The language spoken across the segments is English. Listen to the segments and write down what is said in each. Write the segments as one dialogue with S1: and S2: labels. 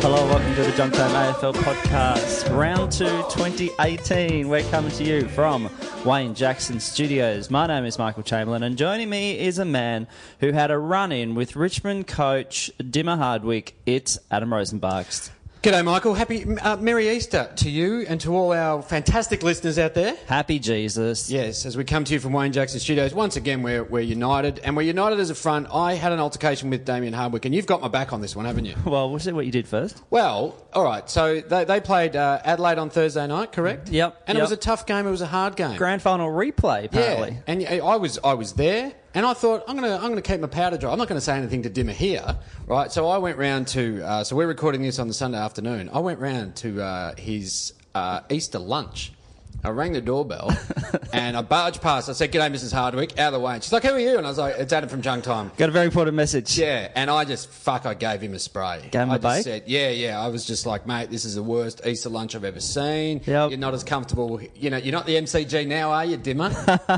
S1: Hello, welcome to the Junk Time AFL podcast, round two 2018. We're coming to you from Wayne Jackson Studios. My name is Michael Chamberlain, and joining me is a man who had a run in with Richmond coach Dimmer Hardwick. It's Adam Rosenbarks.
S2: G'day, Michael. Happy uh, Merry Easter to you and to all our fantastic listeners out there.
S1: Happy Jesus.
S2: Yes, as we come to you from Wayne Jackson Studios, once again we're, we're united, and we're united as a front. I had an altercation with Damien Hardwick, and you've got my back on this one, haven't you?
S1: Well, we'll see what you did first.
S2: Well, all right. So they, they played uh, Adelaide on Thursday night, correct?
S1: Yep,
S2: And
S1: yep.
S2: it was a tough game. It was a hard game.
S1: Grand final replay, apparently.
S2: Yeah, and y- I was I was there, and I thought I'm gonna I'm gonna keep my powder dry. I'm not gonna say anything to Dimmer here, right? So I went round to uh, so we're recording this on the Sunday afternoon. I went round to uh, his uh, Easter lunch. I rang the doorbell and I barged past. I said, "G'day, Mrs. Hardwick." Out of the way. And she's like, "Who are you?" And I was like, "It's Adam from Junk Time."
S1: Got a very important message.
S2: Yeah, and I just fuck. I gave him a spray.
S1: Gave him
S2: I
S1: a
S2: just
S1: bake?
S2: said, yeah, yeah. I was just like, mate, this is the worst Easter lunch I've ever seen.
S1: Yep.
S2: You're not as comfortable. You know, you're not the MCG now, are you, Dimmer?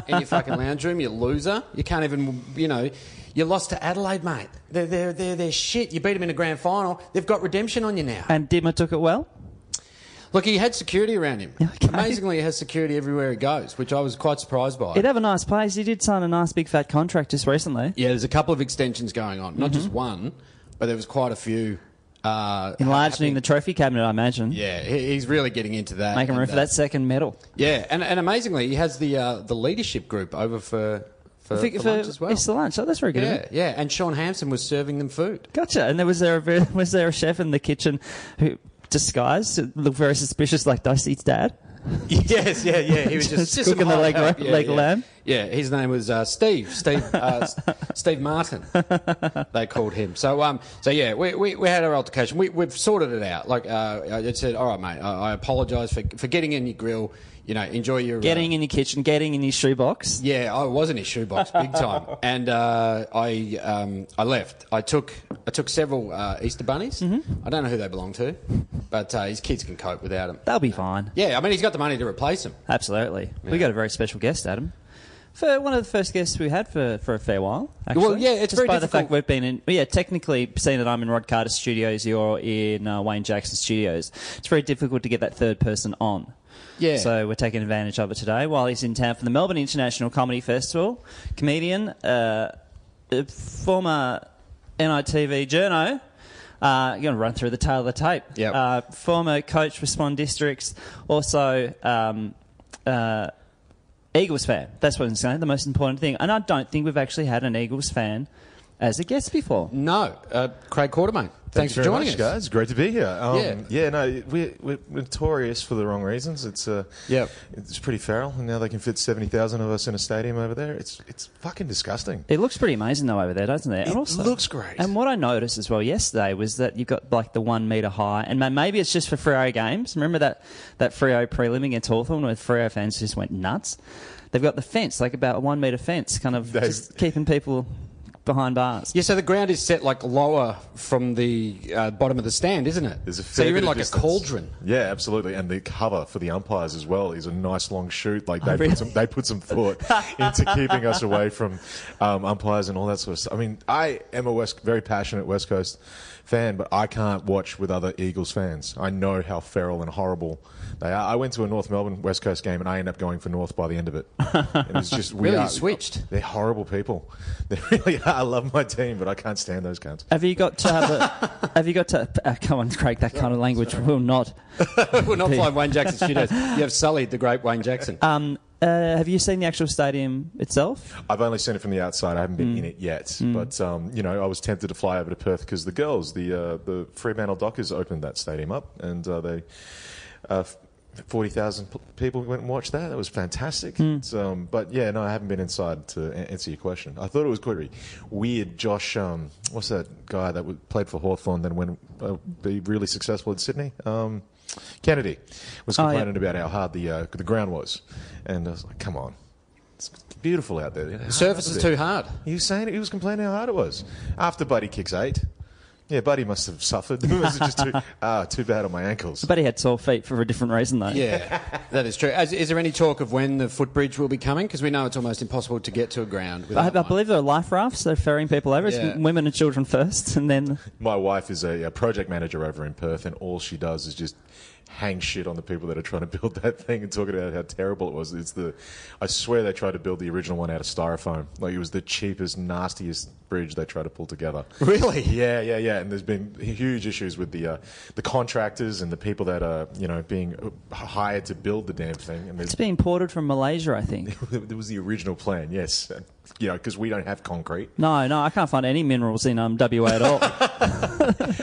S2: In your fucking lounge room, you loser. You can't even. You know, you lost to Adelaide, mate. They're they're they're, they're shit. You beat them in a grand final. They've got redemption on you now.
S1: And Dimmer took it well.
S2: Look, he had security around him.
S1: Okay.
S2: Amazingly, he has security everywhere he goes, which I was quite surprised by.
S1: He'd have a nice place. He did sign a nice big fat contract just recently.
S2: Yeah, there's a couple of extensions going on, not
S1: Mm-hmm.
S2: just one, but there was quite a few. Uh,
S1: Enlarging the trophy cabinet, I imagine.
S2: Yeah, he- he's really getting into that.
S1: Making room
S2: And,
S1: for
S2: uh,
S1: that second medal.
S2: Yeah, and, and amazingly, he has the uh, the leadership group over for for, for, lunch as well.
S1: It's the lunch. Oh, that's very good. of him.
S2: yeah, yeah, and Sean Hampson was serving them food.
S1: Gotcha. And there was there a very, was there a chef in the kitchen who disguised looked very suspicious, like Dicey's dad?
S2: yes, yeah, yeah. He was just,
S1: Just cooking the
S2: some
S1: leg
S2: hard help.
S1: ra- leg
S2: yeah.
S1: lamb?
S2: Yeah, his name was uh, Steve. Steve. Uh, S- Steve Martin. They called him. So um. So yeah, we, we, we had our altercation. We we've sorted it out. Like uh, I said, all right, mate. I, I apologise for for getting in your grill. You know, enjoy your uh,
S1: Getting in your kitchen, getting in your shoebox.
S2: Yeah, I was in his shoebox big time, and uh, I um, I left. I took I took several uh, Easter bunnies.
S3: Mm-hmm.
S2: I don't know who they belong to, but uh, his kids can cope without them.
S1: That'll be fine.
S2: Yeah, I mean he's got the money to replace them.
S1: Absolutely. We got a very special guest, Adam. For one of the first guests we had for, for a fair while, actually.
S2: Well, yeah, it's
S1: Just
S2: very
S1: by the
S2: difficult.
S1: fact we've been in, yeah, technically, seeing that I'm in Rod Carter Studios, you're in uh, Wayne Jackson Studios, it's very difficult to get that third person on.
S2: Yeah.
S1: So we're taking advantage of it today while he's in town for the Melbourne International Comedy Festival. Comedian, uh, uh, former NITV journo. Uh, going to run through the tail of the tape.
S2: Yep.
S1: Uh, former coach for Swan Districts, also um, uh, Eagles fan. That's what I'm saying. The most important thing. And I don't think we've actually had an Eagles fan as a guest before.
S2: No, uh, Craig Quartermain. Thanks for
S3: you very
S2: joining
S3: much,
S2: us,
S3: guys. Great to be here. Um,
S2: Yeah.
S3: yeah. no, we're, we're notorious for the wrong reasons. It's uh,
S2: Yep.
S3: it's pretty feral, and now they can fit seventy thousand of us in a stadium over there. It's it's fucking disgusting.
S1: It looks pretty amazing though over there, doesn't it?
S3: It looks great.
S1: And what I noticed as well yesterday was that you've got like the one meter high, and ma- maybe it's just for Freo games. Remember that that Freo prelim against Hawthorn where Freo fans just went nuts. They've got the fence, like about a one meter fence, kind of
S3: Those-
S1: just keeping people behind bars.
S2: Yeah, so the ground is set like lower from the uh, bottom of the stand, isn't it?
S3: There's a
S2: so
S3: fair
S2: you're in
S3: bit of
S2: like
S3: distance.
S2: a cauldron.
S3: Yeah, absolutely. And the cover for the umpires as well is a nice long shoot.
S2: Oh,
S3: Like they
S1: really?
S3: put some they put some thought into keeping us away from um, umpires and all that sort of stuff. I mean, I am a West very passionate West Coast fan, but I can't watch with other Eagles fans. I know how feral and horrible they are. I went to a North Melbourne West Coast game and I ended up going for North by the end of it. And it's just we
S2: Really? You
S3: are-
S2: switched?
S3: They're horrible people. They really are. I love my team, but I can't stand those cunts.
S1: Have you got to have a? have you got to? Uh, come on, Craig. That kind of language will not.
S2: We're not flying Wayne Jackson Studios. You have sullied the great Wayne Jackson.
S1: Um, uh, have you seen the actual stadium itself?
S3: I've only seen it from the outside. I haven't been in
S1: Mm.
S3: it yet, but um, you know, I was tempted to fly over to Perth because the girls, the uh, the Fremantle Dockers, opened that stadium up, and uh, they. Uh, f- forty thousand people went and watched that. That was fantastic.
S1: Mm.
S3: It's, um, but yeah, no, I haven't been inside to a- answer your question. I thought it was quite re- weird. Josh, um, what's that guy that w- played for Hawthorn then went uh, be really successful in Sydney? Um, Kennedy was
S1: Oh, yeah.
S3: complaining about how hard the uh, the ground was, and I was like, come on, it's beautiful out there.
S2: The surface is too hard.
S3: He was saying he was complaining how hard it was. After Buddy kicks eight, yeah, Buddy must have suffered. It was just too, ah, too bad on my ankles.
S1: But he had sore feet for a different reason, though.
S2: Yeah, that is true. Is, is there any talk of when the footbridge will be coming? Because we know it's almost impossible to get to a ground.
S1: I,
S2: Without
S1: I
S2: one.
S1: believe there are life rafts. They're ferrying people over. It's
S2: Yeah.
S1: m- women and children first, and then
S3: My wife is a, a project manager over in Perth, and all she does is just hang shit on the people that are trying to build that thing and talking about how terrible it was. It's the, I swear they tried to build the original one out of styrofoam. Like it was the cheapest, nastiest bridge they tried to pull together.
S2: Really?
S3: Yeah, yeah, yeah. And there's been huge issues with the uh, the contractors and the people that are you know being uh, hired to build the damn thing. And there's
S1: it's being imported from Malaysia, I think.
S3: it was the original plan, yes. And, You know, because we don't have concrete.
S1: No, no, I can't find any minerals in um, WA at all.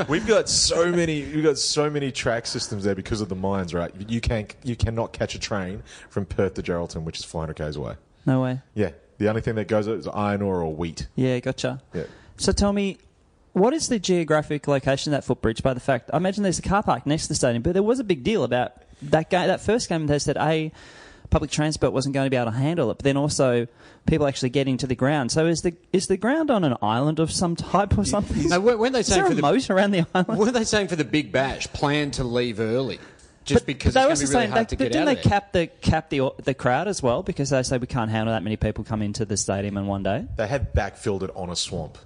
S3: We've got so many. We've got so many track systems there because of the mines, right? You can you cannot catch a train from Perth to Geraldton, which is 500 k's away.
S1: no way.
S3: Yeah, the only thing that goes is iron ore or wheat.
S1: Yeah, gotcha.
S3: Yeah.
S1: So tell me, what is the geographic location of that footbridge? By the fact, I imagine there's a car park next to the stadium, but there was a big deal about that game. That first game, they said a public transport wasn't going to be able to handle it, but then also people actually getting to the ground. So is the is the ground on an island of some type or something?
S2: Now, weren't weren't they
S1: is
S2: saying
S1: there
S2: for
S1: a
S2: the
S1: moat around the island?
S2: weren't they saying for the Big Bash plan to leave early, just because it's going to be really hard
S1: they,
S2: to get
S1: didn't
S2: out
S1: they
S2: of there?
S1: cap the cap the the crowd as well because they say we can't handle that many people come into the stadium in one day.
S3: They had backfilled it on a swamp.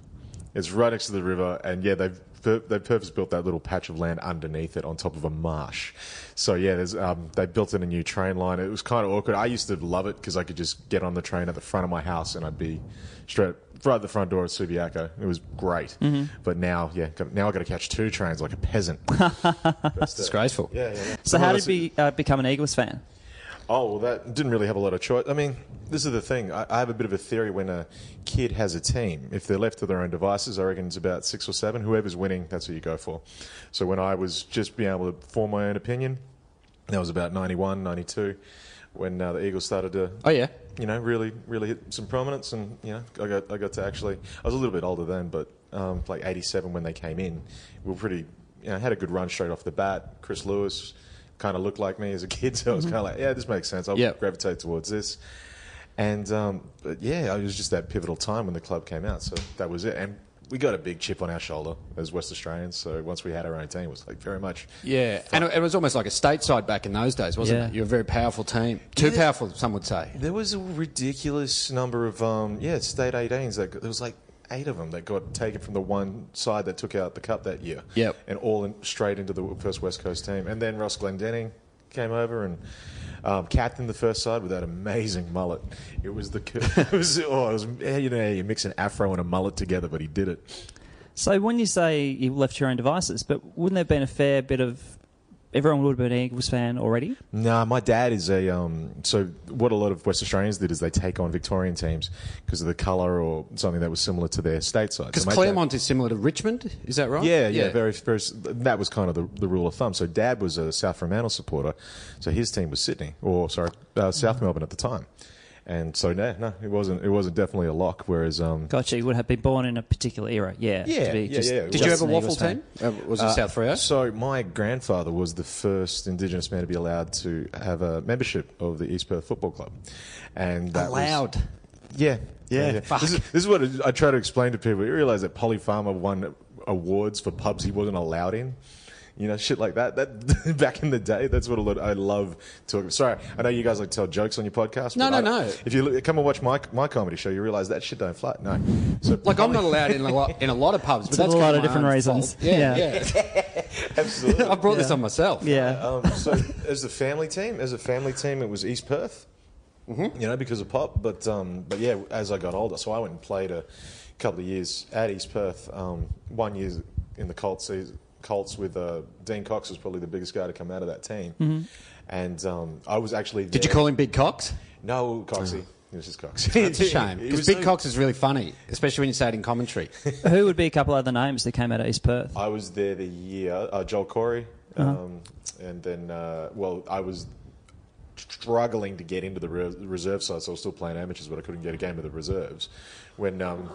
S3: It's right next to the river, and yeah, they've pur- they purpose built that little patch of land underneath it on top of a marsh. So yeah, there's um, they built in a new train line. It was kind of awkward. I used to love it because I could just get on the train at the front of my house and I'd be straight right at the front door of Subiaco. It was great.
S1: Mm-hmm.
S3: But now, yeah, got- now I got to catch two trains like a peasant.
S2: That's disgraceful.
S3: yeah, yeah, yeah.
S1: So how did we uh, become an Eagles fan?
S3: Oh, well, that didn't really have a lot of choice. I mean, this is the thing. I, I have a bit of a theory when a kid has a team. If they're left to their own devices, I reckon it's about six or seven. Whoever's winning, that's who you go for. So when I was just being able to form my own opinion, that was about 91, 92, when uh, the Eagles started to
S2: Oh yeah.
S3: you know, really, really hit some prominence, and you know, I got, I got to actually, I was a little bit older then, but um, like '87 when they came in, we were pretty, you know, had a good run straight off the bat. Chris Lewis kind of looked like me as a kid, so I was kind of like, yeah, this makes sense. I'll
S2: Yeah.
S3: gravitate towards this, and um, but yeah, it was just that pivotal time when the club came out, so that was it, and. We got a big chip on our shoulder as West Australians, so once we had our own team, it was like very much.
S2: Yeah, and it it was almost like a stateside back in those days, wasn't
S1: Yeah.
S2: it? You were a very powerful team. Too powerful, some would say.
S3: There was a ridiculous number of um, yeah state 18s. That got, there was like eight of them that got taken from the one side that took out the cup that year.
S2: Yep.
S3: and all in, straight into the first West Coast team. And then Ross Glendenning came over and um, captained the first side with that amazing mullet. It was the cur- it was oh it was you know you mix an afro and a mullet together, but he did it.
S1: So when you say you left your own devices, but wouldn't there have been a fair bit of everyone would have been an Eagles fan already?
S3: Nah, my dad is a. Um, so what a lot of West Australians did is they take on Victorian teams because of the colour or something that was similar to their state side.
S2: Because
S3: So my dad-
S2: Claremont is similar to Richmond, is that right?
S3: Yeah, yeah, very, very. That was kind of the, the rule of thumb. So Dad was a South Fremantle supporter, so his team was Sydney or sorry, uh, South Melbourne at the time, and so no, no, it wasn't. It wasn't definitely a lock. Whereas um,
S1: Gotcha, you would have been born in a particular era. Yeah,
S3: Yeah,
S1: to be
S3: yeah, yeah.
S2: Did you have a
S1: an
S2: waffle
S1: Eagles fan.
S2: team? Uh, was it South Freo?
S3: So my grandfather was the first Indigenous man to be allowed to have a membership of the East Perth Football Club, and that was-
S2: Allowed.
S3: Yeah, yeah. yeah. This, is, this is what I try to explain to people. You realize that Polly Farmer won awards for pubs he wasn't allowed in. You know, shit like that. That back in the day, that's what a lot I love talking. Sorry, I know you guys like to tell jokes on your podcast.
S2: No,
S3: but
S2: no,
S3: I-
S2: no.
S3: If you look, come and watch my my comedy show, you realize that shit don't fly. No, so
S2: Like I'm not allowed in a lot in a lot of pubs, but
S1: a
S2: that's
S1: lot
S2: kinda
S1: of
S2: my
S1: different
S2: own
S1: reasons.
S2: fault. Yeah, yeah.
S3: absolutely.
S2: I brought this on myself.
S1: Yeah.
S3: um, so as the family team, as a family team, it was East Perth.
S2: Mm-hmm.
S3: You know, because of pop, but um, but yeah, as I got older, so I went and played a couple of years at East Perth. Um, one year in the Colts, season, Colts with uh, Dean Cox was probably the biggest guy to come out of that team, and um, I was actually.
S2: Mm-hmm. Did you call him Big Cox?
S3: No, Coxie. It was just Cox.
S2: It's a shame
S3: It
S2: because
S3: was
S2: Big
S3: so-
S2: Cox is really funny, especially when you say it in commentary.
S1: Who would be a couple other names that came out of East Perth?
S3: I was there the year uh, Joel Corey, um, and then uh, well, I was struggling to get into the re- reserve side, so I was still playing amateurs, but I couldn't get a game of the reserves. When um,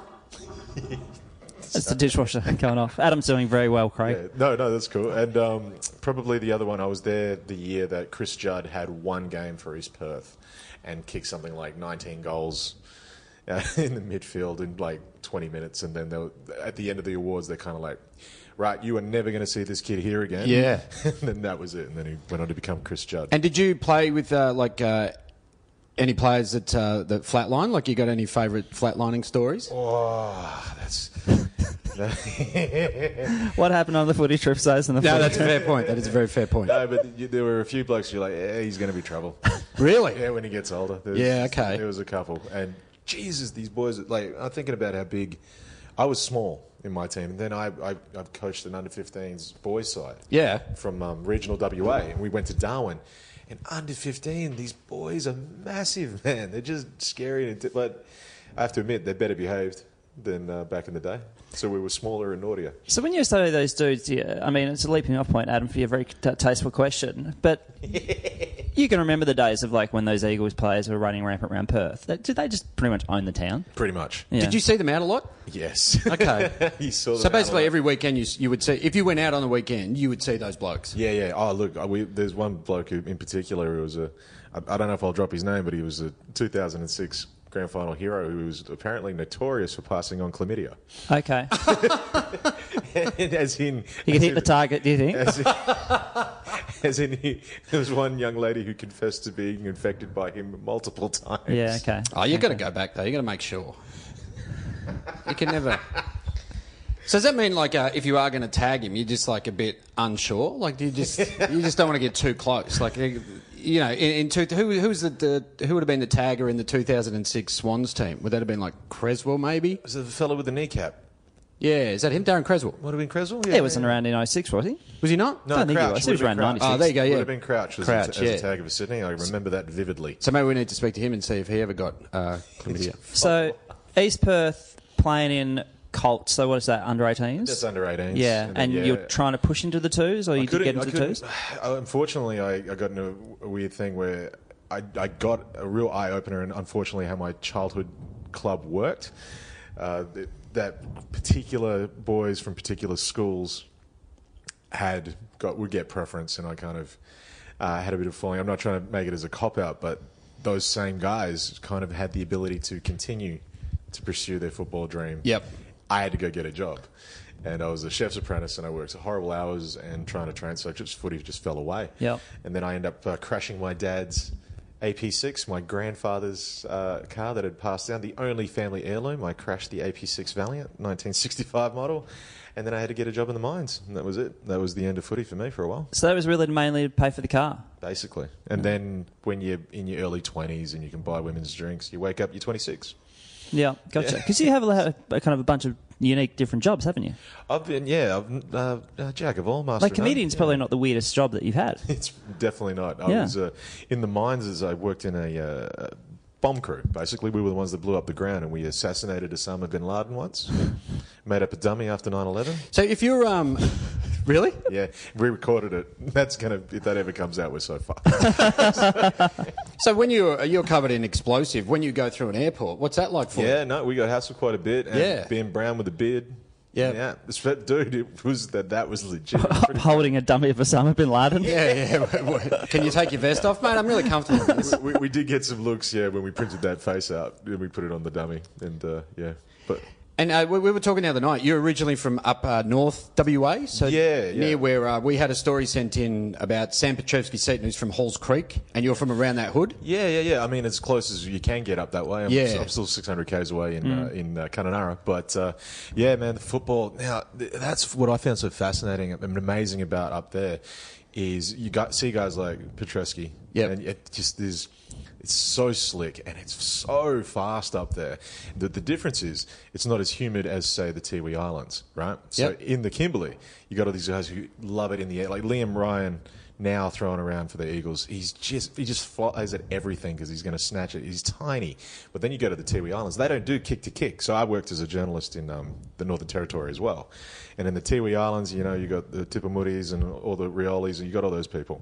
S1: It's the dishwasher going off. Adam's doing very well, Craig.
S3: Yeah, No, no, that's cool. And um, probably the other one, I was there the year that Chris Judd had one game for East Perth and kicked something like 19 goals uh, in the midfield in like 20 minutes. And then they were, at the end of the awards, they're kind of like, right, you are never going to see this kid here again.
S2: Yeah.
S3: and then that was it. And then he went on to become Chris Judd.
S2: And did you play with uh, like uh, any players that uh, that flatline? Like, you got any favourite flatlining stories?
S3: oh, that's.
S1: What happened on the footy trip size and the
S2: No,
S1: footy-
S2: that's a fair point. That is a very fair point.
S3: no, but you, there were a few blokes you're like, eh, he's going to be trouble.
S2: Really?
S3: Yeah, when he gets older. There was-
S2: Yeah, okay.
S3: There was a couple, and Jesus, these boys. Like I'm thinking about how big. I was small in my team, and then I, I I've coached an under 15s boys side.
S2: Yeah.
S3: From um, regional WA, and we went to Darwin, and under 15, these boys are massive, man. They're just scary, and int- but I have to admit they're better behaved than uh, back in the day. So we were smaller and naughtier.
S1: So when you study those dudes, yeah, I mean, it's a leaping off point, Adam, for your very t- tasteful question. But you can remember the days of like when those Eagles players were running rampant around Perth. That- Did they just pretty much own the town?
S3: Pretty much.
S1: Yeah.
S2: Did you see them out a lot?
S3: Yes.
S2: Okay.
S3: you saw
S2: so
S3: them out a
S2: basically,
S3: lot.
S2: every weekend you s- you would see if you went out on the weekend, you would see those blokes.
S3: Yeah, yeah. Oh, look, I- we, there's one bloke who, in particular who was a. I, I don't know if I'll drop his name, but he was a 2006 grand final hero who was apparently notorious for passing on chlamydia.
S1: Okay,
S3: as in,
S1: you
S3: as
S1: could hit
S3: in-
S1: the target. Do you think?
S3: As in, as in he, there was one young lady who confessed to being infected by him multiple times.
S1: Yeah. Okay.
S2: Oh, you got to go back though. You got to make sure. You can never. So does that mean like uh, if you are going to tag him, you're just like a bit unsure? Like do you just you just don't want to get too close? Like you you know, in, in two, who who was the, the who would have been the tagger in the 2006 Swans team? Would that have been like Creswell maybe?
S3: Was it the fellow with the kneecap?
S2: Yeah, is that him, Darren Creswell?
S3: Might have been Creswell? Yeah,
S1: He wasn't around in 06, was he?
S2: Was he not?
S3: No,
S1: I don't think he
S3: Crouch.
S1: was. He
S3: Would
S1: was
S3: have
S1: around
S3: been Crouch.
S1: 96.
S2: Oh, there you go. Yeah.
S3: Would have been Crouch, as,
S2: Crouch,
S3: a, as
S2: yeah.
S3: a tag of Sydney. I remember that vividly.
S2: So maybe we need to speak to him and see if he ever got uh, chlamydia.
S1: So East Perth playing in Colt. So what is that? Under 18s.
S3: That's under 18s.
S1: Yeah, and,
S3: then,
S1: you're trying to push into the twos, or you did get
S3: couldn't-
S1: into the
S3: couldn't-
S1: twos.
S3: I- Unfortunately, I, I got into a weird thing where I, I got a real eye opener, and unfortunately, how my childhood club worked. Uh, th- that particular boys from particular schools had got would get preference, and I kind of uh, had a bit of falling. I'm not trying to make it as a cop out, but those same guys kind of had the ability to continue to pursue their football dream.
S2: Yep.
S3: I had to go get a job, and I was a chef's apprentice, and I worked horrible hours and trying to train. So just footy just fell away.
S1: Yep.
S3: And then I ended up uh, crashing my dad's. AP6, my grandfather's uh, car that had passed down, the only family heirloom. I crashed the AP6 Valiant, 1965 model, and then I had to get a job in the mines, and that was it. That was the end of footy for me for a while,
S1: So that was really mainly to pay for the car.
S3: basically. And then when you're in your early 20s and you can buy women's drinks, you wake up, you're 26.
S1: Yeah, gotcha. Because you have a, a kind of a bunch of unique different jobs, haven't you?
S3: I've been, yeah, I've, uh, uh, jack of all, master
S1: Like
S3: of none.
S1: comedian's probably not the weirdest job that you've had.
S3: It's definitely not. I
S1: Yeah.
S3: was uh, in the mines as I worked in a uh, bomb crew. Basically, we were the ones that blew up the ground, and we assassinated Osama bin Laden once. Made up a dummy after 9-11.
S2: So if you're um, really?
S3: Yeah, we recorded it. That's gonna if that ever comes out, we're so fucked.
S2: So when you're you're covered in explosive, when you go through an airport, what's that like for you?
S3: yeah, no, we got hassled quite a bit. And
S2: Yeah.
S3: being brown with a beard.
S2: Yeah.
S3: yeah. It's- But dude, it was that that was legit. It was pretty-
S1: Holding a dummy of Osama bin Laden.
S2: Yeah, yeah. Can you take your vest off, mate? I'm really comfortable. with this.
S3: we, we did get some looks, yeah, when we printed that face out and we put it on the dummy, and uh, yeah, but.
S2: And uh, we, we were talking the other night. You're originally from up uh, north WA, so
S3: Yeah, yeah.
S2: near where uh, we had a story sent in about Sam Petrovsky Seaton, who's from Halls Creek, and you're from around that hood.
S3: Yeah, yeah, yeah. I mean, as close as you can get up that way. I'm,
S2: Yeah. Mm.
S3: I'm still 600 k's away in uh, in uh, Kununurra, but uh, yeah, man, the football. Now th- that's what I found so fascinating and amazing about up there is you got see guys like Petreski.
S2: Yep.
S3: and it just there's it's so slick and it's so fast up there. The, the difference is it's not as humid as say the Tiwi Islands, right? So
S2: Yep.
S3: in the Kimberley, you got all these guys who love it in the air, like Liam Ryan. now thrown around for the Eagles. He's just he just flies at everything because he's going to snatch it. He's tiny, but then you go to the Tiwi Islands. They don't do kick to kick. So I worked as a journalist in um, the Northern Territory as well, and in the Tiwi Islands, you know, you got the Tipamutis and all the Riolis, and you got all those people.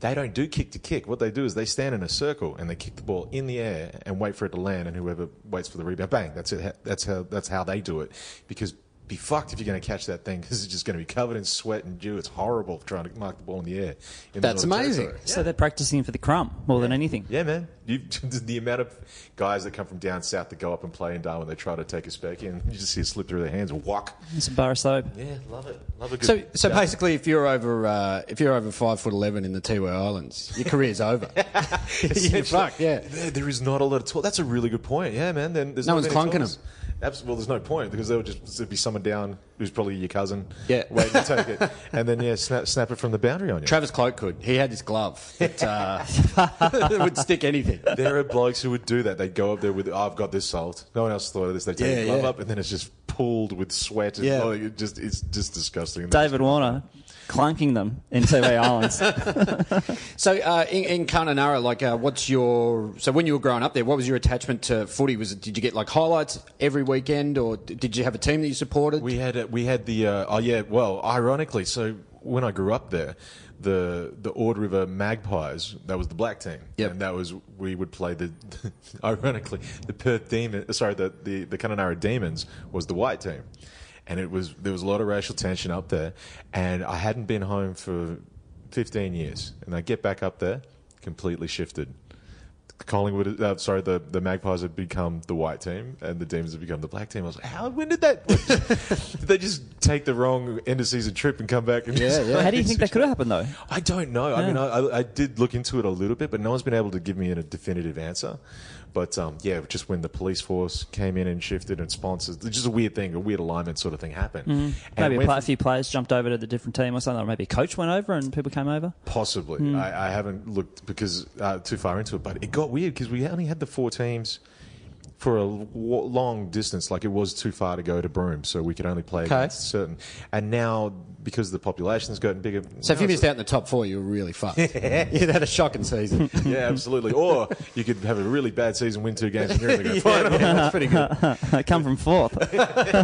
S3: They don't do kick to kick. What they do is they stand in a circle and they kick the ball in the air and wait for it to land, and whoever waits for the rebound, bang. That's it. That's how that's how they do it because be fucked if you're going to catch that thing because it's just going to be covered in sweat and dew. It's horrible trying to mark the ball in the air. in the
S2: That's
S3: Northern
S2: amazing.
S3: Territory.
S1: So they're practicing for the crumb more than anything.
S3: Yeah, man. You, the amount of guys that come from down south that go up and play in Darwin, they try to take a spec in, you just see it slip through their hands. Walk.
S1: It's a bar of soap.
S3: Yeah, love it. Love a good.
S2: So, so basically, if you're over uh, if you're over five foot eleven in the Tiwi Islands, your career's over. you're fucked. Yeah.
S3: There, there is not a lot of talk. That's a really good point. Yeah, man. Then there's
S2: No
S3: not
S2: one's
S3: many
S2: clunking
S3: talks. Abs- well, there's no point because there'll just there'll be someone down who's probably your cousin.
S2: Yeah.
S3: waiting to take it, and then yeah, snap, snap it from the boundary on you.
S2: Travis Cloak could. He had this glove that uh, that would stick anything.
S3: There are blokes who would do that. They go up there with, oh, I've got this salt. No one else thought of this. They take
S2: Yeah,
S3: a glove
S2: yeah.
S3: up, and then it's just pulled with sweat. And,
S2: Yeah.
S3: oh, it just it's just disgusting.
S1: David Warner clunking them in Tiwi Islands.
S2: So uh, in, in Kananara, like, uh, what's your so when you were growing up there? What was your attachment to footy? Was it, did you get like highlights every weekend, or d- did you have a team that you supported?
S3: We had uh, we had the uh, oh yeah well ironically so when I grew up there the the Ord River Magpies that was the black team
S2: Yep.
S3: and that was we would play the ironically the Perth Demon sorry the the the Kununurra Demons was the white team and it was there was a lot of racial tension up there and I hadn't been home for 15 years and I get back up there completely shifted Collingwood, uh, sorry, the, the Magpies had become the white team and the Demons had become the black team. I was like, how? When did that? did they just take the wrong end of season trip and come back? And
S2: Yeah, yeah.
S1: How do you think that could have happened though?
S3: I don't know. I mean, I, I- I did look into it a little bit, but no one's been able to give me a definitive answer. But um, yeah, just when the police force came in and shifted and sponsored, it's just a weird thing, a weird alignment sort of thing happened. And
S1: Mm-hmm. Maybe
S3: it
S1: a,
S3: went
S1: pla- a few players jumped over to the different team or something, or maybe a coach went over and people came over.
S3: Possibly.
S1: Mm.
S3: I, I haven't looked because uh, too far into it, but it got weird because we only had the four teams for a w- long distance. Like it was too far to go to Broome, so we could only play against certain. And now because the population's gotten bigger,
S2: so if you missed out in the top four, you were really fucked. You'd had a shocking season.
S3: yeah, absolutely. Or you could have a really bad season, win two games, and you're in the grand final.
S2: that's pretty good.
S1: They come from fourth.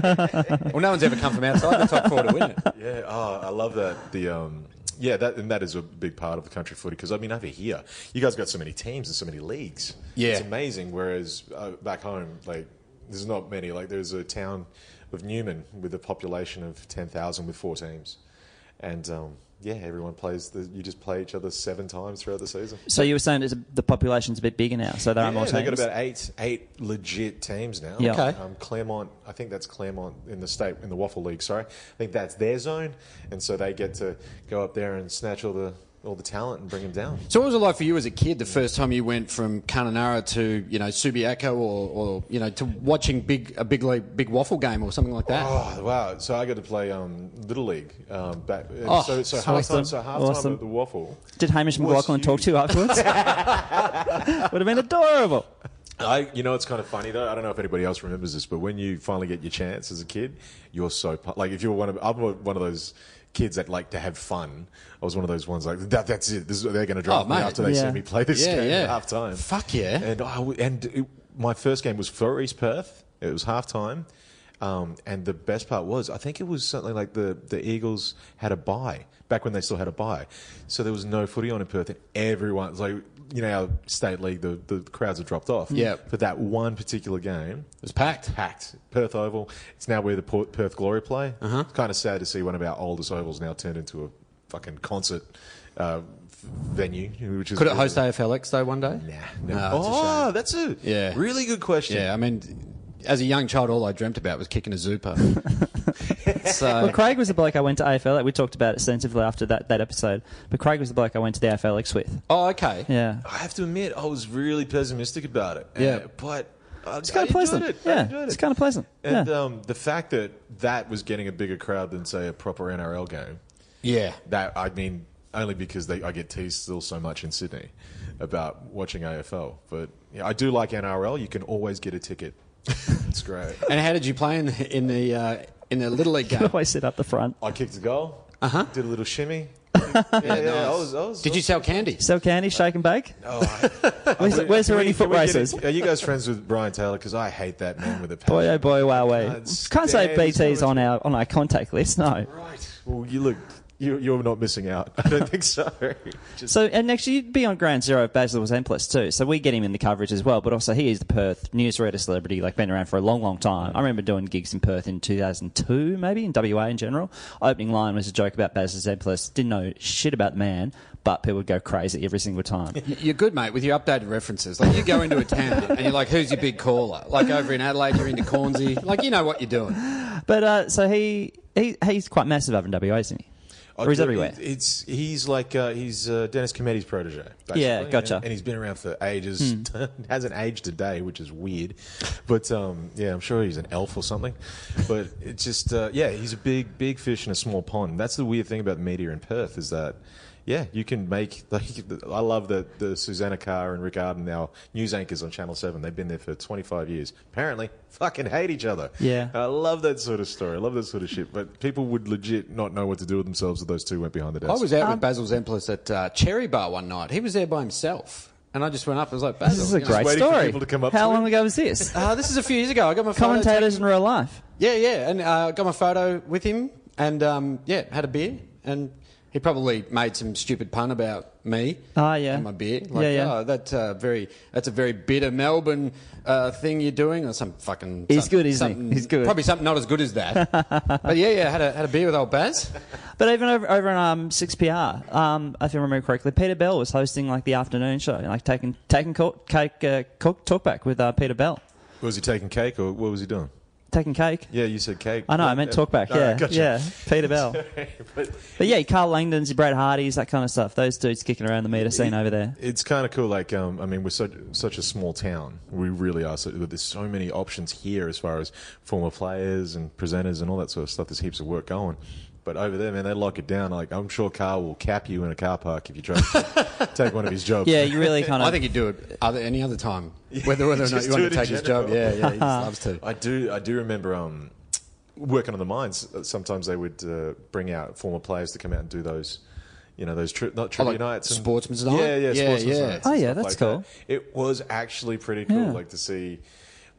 S2: Well, no one's ever come from outside the top four to win it.
S3: Yeah, oh, I love that. The um, yeah, that and that is a big part of the country footy because I mean over here, you guys got so many teams and so many leagues.
S2: Yeah.
S3: it's amazing. Whereas uh, back home, like there's not many. Like there's a town of Newman with a population of ten thousand with four teams, and um, yeah, everyone plays. The, you just play each other seven times throughout the season.
S1: So you were saying it's a, the population's a bit bigger now, so there are more
S3: Yeah, they
S1: teams.
S3: got about eight eight legit teams now.
S1: Yeah.
S2: Okay.
S3: Um, Claremont, I think that's Claremont in the state in the Waffle League. Sorry, I think that's their zone, and so they get to go up there and snatch all the all the talent and bring them down.
S2: So what was it like for you as a kid the first time you went from Kananara to, you know, Subiaco or, or you know, to watching big a big league, big waffle game or something like that?
S3: Oh wow! So I got to play um, Little League um, back.
S2: Oh,
S3: so so half
S1: awesome.
S3: time. So half time
S1: Awesome.
S3: at the Waffle.
S1: Did Hamish
S3: Was
S1: McLaughlin talk to you afterwards? Would have been adorable.
S3: I, you know, it's kind of funny though. I don't know if anybody else remembers this, but when you finally get your chance as a kid, you're so pu- like if you're one of I'm one of those kids that like to have fun. I was one of those ones like that. That's it. This is, they're going to drop
S2: Oh,
S3: me
S2: mate.
S3: after they
S1: Yeah.
S3: see me play this
S2: Yeah,
S3: game
S2: yeah.
S3: at half time.
S2: Fuck yeah.
S3: And I w- and it, my first game was for East Perth. It was half time. Um, and the best part was, I think it was something like the, the Eagles had a bye back when they still had a bye, so there was no footy on in Perth, and everyone like you know our state league, the, the crowds have dropped off.
S2: Yeah.
S3: But that one particular game
S2: It was packed.
S3: packed Perth Oval. It's now where the Por- Perth Glory play.
S2: Uh-huh.
S3: It's kind of sad to see one of our oldest ovals now turned into a fucking concert uh, f- venue, which is
S2: Could it host AFLX though one day?
S3: Nah,
S2: No,
S3: no.
S2: it's a
S3: oh, that's a
S2: Yeah.
S3: really good question.
S2: Yeah, I mean as a young child all I dreamt about was kicking a zupa. so
S1: Well, Craig was the bloke I went to AFL. Like, we talked about it extensively after that, that episode. But Craig was the bloke I went to the AFLX with.
S2: Oh, okay.
S1: Yeah.
S3: I have to admit, I was really pessimistic about it.
S2: Yeah.
S3: Uh, but I,
S1: It's kind
S3: I
S1: of pleasant.
S3: Oh, Enjoyed it. I
S1: Yeah,
S3: enjoyed
S1: it's
S3: it.
S1: kind of pleasant.
S3: And
S1: yeah.
S3: um, the fact that that was getting a bigger crowd than say a proper NRL game.
S2: Yeah.
S3: That I mean, only because they, I get teased still so much in Sydney about watching AFL. But yeah, I do like NRL. You can always get a ticket. it's great.
S2: And how did you play in the in the uh, in the little league game?
S1: Always sit up the front.
S3: I kicked a goal. Uh-huh. Did a little shimmy. yeah, yeah, I was, I was,
S2: Did you sell candy?
S1: Sell candy, shake and bake? where's
S3: Can
S1: where's there
S3: we-
S1: any
S3: can
S1: foot
S3: we get
S1: races?
S3: in- Are you guys friends with Brian Taylor? Because I hate that man with a passion.
S1: Boy, oh boy, wow, we.
S3: God,
S1: Can't say
S3: Stan,
S1: BT's
S3: so
S1: on our, on our contact list, no.
S3: Right. Well, you look. You, you're not missing out. I don't think so. Just
S1: So, and actually, you'd be on Ground Zero if Basil was M plus too. So we get him in the coverage as well. But also, he is the Perth newsreader celebrity, like been around for a long, long time. I remember doing gigs in Perth in 2002, maybe in WA in general. Opening line was a joke about Basil M plus. Didn't know shit about the man, but people would go crazy every single time.
S2: You're good, mate, with your updated references. Like, you go into a town and you're like, who's your big caller? Like, over in Adelaide, you're into Cornsey. Like, you know what you're doing.
S1: but uh, so he, he he's quite massive over in WA, isn't he? or he's
S3: Oh,
S1: everywhere.
S3: it- It's he's like uh, he's uh, Dennis Cometti's protege. Basically.
S1: Yeah, gotcha. Hmm.
S3: And, and he's been around for ages. Hasn't aged a day, which is weird. But um, yeah, I'm sure he's an elf or something. But it's just uh, yeah, he's a big big fish in a small pond. That's the weird thing about the media in Perth is that. Yeah, you can make like I love that the Susanna Carr and Rick Arden now news anchors on Channel Seven. They've been there for 25 years. Apparently, fucking hate each other. Uh,
S1: Yeah.
S3: I love that sort of story. I love that sort of shit. But people would legit not know what to do with themselves if those two went behind the desk.
S2: I was out
S1: Um,
S2: with Basil Zemplis at uh, Cherry Bar one night. He was there by himself. And I just went up and was like, Basil.
S1: This is
S2: you
S1: a
S2: know,
S1: great
S3: waiting for
S1: story.
S3: people to come up
S1: How
S3: to
S1: long
S3: him.
S1: ago was this?
S2: Uh, this is a few years ago. I got my photo.
S1: Commentators in
S2: taken-
S1: real life.
S2: Yeah, yeah. And uh, got my photo with him and, um, yeah, had a beer. And he probably made some stupid pun about me.
S1: Ah, yeah.
S2: And my beer. Like,
S1: Yeah, yeah.
S2: oh, that, uh, very, that's a very bitter Melbourne uh, thing you're doing or some fucking.
S1: He's
S2: some-
S1: good, isn't he?
S2: something-
S1: He's good.
S2: Probably something not as good as that. but yeah, yeah, had a, had a beer with old Baz.
S1: But even over, over on um, 6PR, um, if I remember correctly, Peter Bell was hosting like the afternoon show, like taking taking cook, cake, uh, cook talkback with uh, Peter Bell,
S3: Was he taking cake or what was he doing?
S1: taking cake.
S3: Yeah, you said cake.
S1: I know, I meant talkback.
S3: All right,
S1: Yeah,
S3: gotcha.
S1: yeah, Peter Bell. but, yeah, Carl Langdon's, your Brad Hardy's, that kind of stuff. Those dudes kicking around the meter scene over there.
S3: It's kind of cool. Like, um, I mean, we're such, such a small town. We really are. So, but there's so many options here as far as former players and presenters and all that sort of stuff. There's heaps of work going. But over there, man, they lock it down. Like, I'm sure Carl will cap you in a car park if you try to take one of his jobs.
S1: Yeah, you really kind of.
S2: I think he'd do it other, any other time, whether whether or not
S3: just
S2: you want
S3: do
S2: to
S3: it in
S2: take his job.
S3: general.
S2: Yeah, yeah, he just loves to.
S3: I do. I do remember um, working on the mines. Sometimes they would uh, bring out former players to come out and do those. You know those tri- not trivia
S2: Oh, like
S3: nights, and,
S2: sportsman's night?
S3: Yeah, yeah,
S2: Yeah,
S3: sportsman's
S2: yeah.
S3: nights and
S1: Oh, yeah,
S3: stuff
S1: that's
S3: like
S1: cool.
S3: that. It was actually pretty cool,
S1: Yeah.
S3: like to see.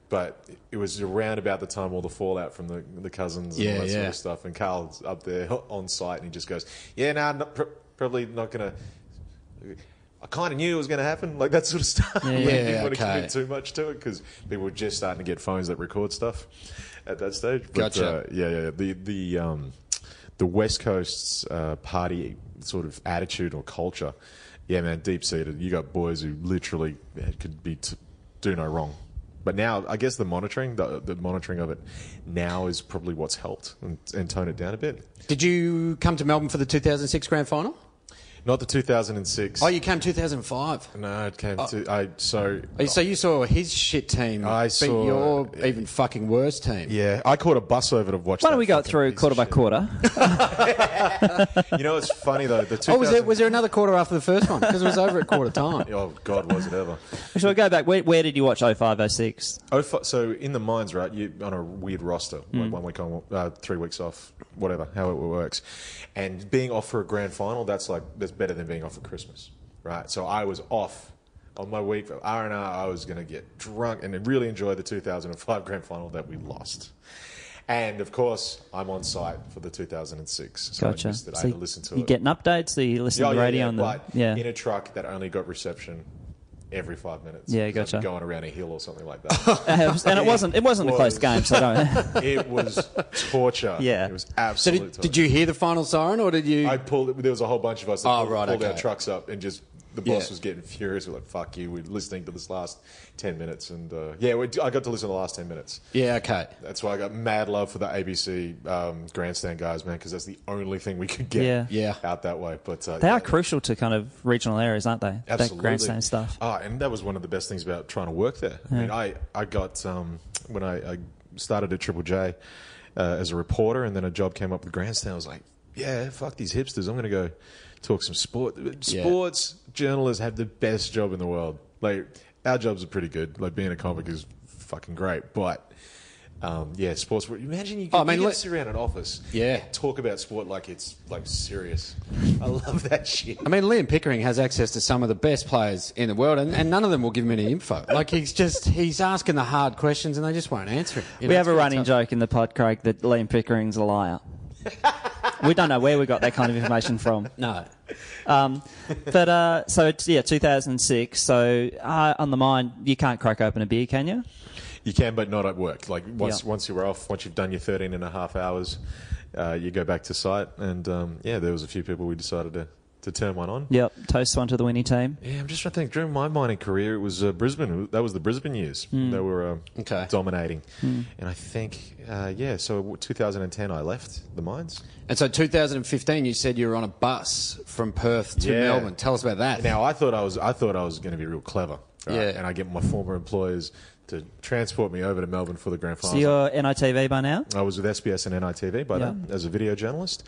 S3: But it was around about the time all the fallout from the the cousins and
S2: Yeah,
S3: all that sort
S2: yeah.
S3: of stuff. And Carl's up there on site, and he just goes, "Yeah, nah, not, pr- probably not gonna." I kind of knew it was going to happen, like that sort of stuff. Yeah,
S2: yeah,
S3: want to
S2: okay.
S3: commit too much to it because people were just starting to get phones that record stuff at that stage. But,
S2: Gotcha.
S3: Uh, yeah, yeah. The the um, the West Coast's uh, party sort of attitude or culture, yeah, man, deep seated. You got boys who literally could be t- do no wrong. But now, I guess the monitoring, the, the monitoring of it now is probably what's helped and, and tone it down a bit.
S2: Did you come to Melbourne for the 2006 grand final?
S3: Not the 2006.
S2: Oh, you came 2005.
S3: no, it came to I so
S2: Oh, So you saw his shit team
S3: I
S2: beat
S3: saw-
S2: your even fucking worse team.
S3: Yeah, I caught a bus over to watch.
S1: Why don't
S3: that
S1: we go
S3: fucking
S1: through
S3: piece of
S1: quarter by
S3: shit.
S1: quarter?
S3: You know, it's funny though. The 2000...
S2: Oh, was there, was there another quarter after the first one? Because it was over at quarter time.
S3: Oh God, was it ever?
S1: Shall we go back? Where, where did you watch 05, 06?
S3: Oh, fu- so in the mines, right? You on a weird roster,
S1: Mm.
S3: like one week on, uh, three weeks off, whatever, how it works. And being off for a grand final, that's like that's better than being off for Christmas, right? So I was off on my week for R and R. I was going to get drunk and really enjoy the 2005 grand final that we lost. And of course, I'm on site for the 2006. So I
S1: Gotcha.
S3: missed it. I
S1: So
S3: had to
S1: you-
S3: listen to
S1: you
S3: it.
S1: getting updates? So you listen
S3: Yeah,
S1: to the
S3: yeah,
S1: radio
S3: yeah,
S1: on the
S3: but
S1: yeah.
S3: in a truck that only got reception every five minutes.
S1: Yeah,
S3: 'Cause I'd
S1: gotcha.
S3: be Going around a hill or something like that.
S1: Uh, and it wasn't it wasn't a close
S3: was.
S1: game, so don't.
S3: it was torture.
S1: Yeah.
S3: it was
S2: So
S3: absolute.
S2: did,
S3: torture.
S2: did you hear the final siren, or did you?
S3: I pulled. There was a whole bunch of us that
S2: Oh,
S3: pulled,
S2: right,
S3: pulled our
S2: okay.
S3: trucks up and just. The
S2: Yeah.
S3: boss was getting furious. We're like, "Fuck you!" We're listening to this last ten minutes, and uh, yeah, we, I got to listen to the last ten minutes.
S2: yeah, okay.
S3: That's why I got mad love for the ABC um, grandstand guys, man, because that's the only thing we could get
S1: Yeah.
S2: Yeah.
S3: out that way. But uh,
S1: They
S3: yeah,
S1: are crucial to kind of regional areas, aren't they? That
S3: Absolutely.
S1: grandstand stuff.
S3: Ah, and that was one of the best things about trying to work there. I mean, I, I got, um, when I, I started at Triple J uh, as a reporter, and then a job came up with Grandstand, I was like, yeah, fuck these hipsters. I'm going to go talk some sport. Sports journalists have the best job in the world. Like, our jobs are pretty good. Like, being a comic is fucking great. But Um, yeah, sports. Imagine you could
S2: Oh, I mean,
S3: you could
S2: let-
S3: sit around an office,
S2: Yeah.
S3: and talk about sport like it's like serious. I love that shit.
S2: I mean, Liam Pickering has access to some of the best players in the world, and, and none of them will give him any info. Like he's just he's asking the hard questions, and they just won't answer it. You
S1: we
S2: know,
S1: have
S2: it's
S1: a
S2: really
S1: running
S2: tough.
S1: joke in the pod, Craig, that Liam Pickering's a liar. we don't know where we got that kind of information from.
S2: No,
S1: Um, but uh, so it's- yeah, 2006. So uh, on the mine, you can't crack open a beer, can you?
S3: You can, but not at work. Like once
S1: Yeah.
S3: once you're off, once you've done your 13 and a half hours, uh, you go back to site. And um, yeah, there was a few people we decided to, to turn one on.
S1: Yep. Toast one to the winning team.
S3: Yeah, I'm just trying to think. During my mining career, it was uh, Brisbane. That was the Brisbane years.
S1: Hmm.
S3: They were um,
S2: Okay.
S3: dominating. And I think, uh, yeah, so 2010 I left the mines.
S2: and so 2015, you said you were on a bus from Perth to
S3: Yeah.
S2: Melbourne. Tell us about that.
S3: Now I thought I was I thought I was going to be real clever. right?
S2: Yeah.
S3: And I get my former employers to transport me over to Melbourne for the grand
S1: So
S3: final.
S1: you're NITV by now.
S3: I was with SBS and NITV by then um, as a video journalist,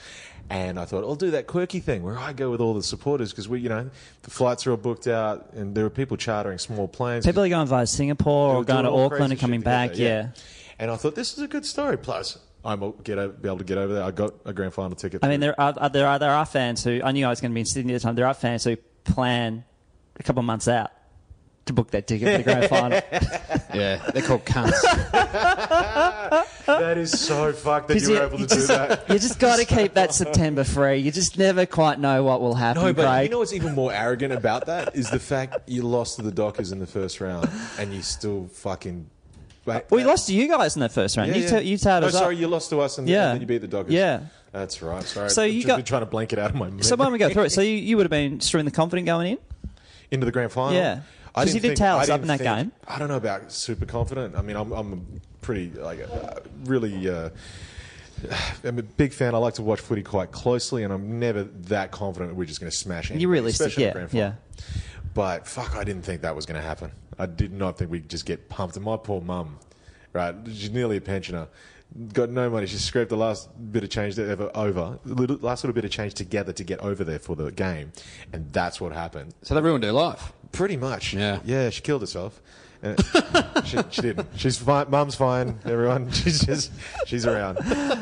S3: and I thought I'll do that quirky thing where I go with all the supporters because we, you know, the flights are all booked out, and there are people chartering small planes.
S1: People are going via Singapore
S3: They
S1: or
S3: were
S1: going
S3: doing
S1: to
S3: all
S1: Auckland
S3: crazy
S1: and coming
S3: shit to get
S1: back.
S3: there,
S1: yeah.
S3: And I thought this is a good story. Plus, I'm a- get over, be able to get over there. I got a grand final ticket.
S1: I mean, there are, are- there are there are fans who I knew I was going to be in Sydney at the time. There are fans who plan a couple of months out to book that ticket for the grand final.
S2: yeah, they're called cunts.
S3: that is so fucked that you were able to do
S1: just,
S3: that.
S1: you just got to keep that September free. You just never quite know what will happen,
S3: No, but
S1: Craig.
S3: you know what's even more arrogant about that is the fact you lost to the Dockers in the first round, and you still fucking. Wait,
S1: we lost to you guys in that first round.
S3: Yeah,
S1: you,
S3: yeah.
S1: T- you tied
S3: oh,
S1: us
S3: sorry,
S1: up.
S3: you lost to us, and,
S1: Yeah.
S3: and then you beat the Doggers.
S1: Yeah.
S3: that's right. Sorry,
S1: So
S3: I've
S1: you
S3: just
S1: got-
S3: been trying to blank it out of my mind.
S1: So why don't we go through it? So you, you would have been streaming the confident going in.
S3: into the grand final.
S1: Yeah.
S3: I
S1: 'Cause
S3: didn't
S1: you did
S3: think-
S1: towel
S3: I
S1: us up
S3: didn't
S1: in that
S3: think-
S1: game.
S3: I don't know about super confident. I mean, I'm, I'm a pretty like uh, really. Uh, I'm a big fan. I like to watch footy quite closely, and I'm never that confident that we're just going to smash. Anybody,
S1: realistic,
S3: especially in
S1: yeah,
S3: the grand final.
S1: yeah.
S3: But fuck, I didn't think that was going to happen. I did not think we'd just get pumped. And my poor mum, right? She's nearly a pensioner. Got no money. She scraped the last bit of change that ever over, little, last little bit of change together to get over there for the game, and that's what happened.
S2: so they ruined their life.
S3: Pretty much.
S2: Yeah.
S3: Yeah, she killed herself. And she, she didn't. She's fine. Mum's fine. Everyone. She's just. She's around.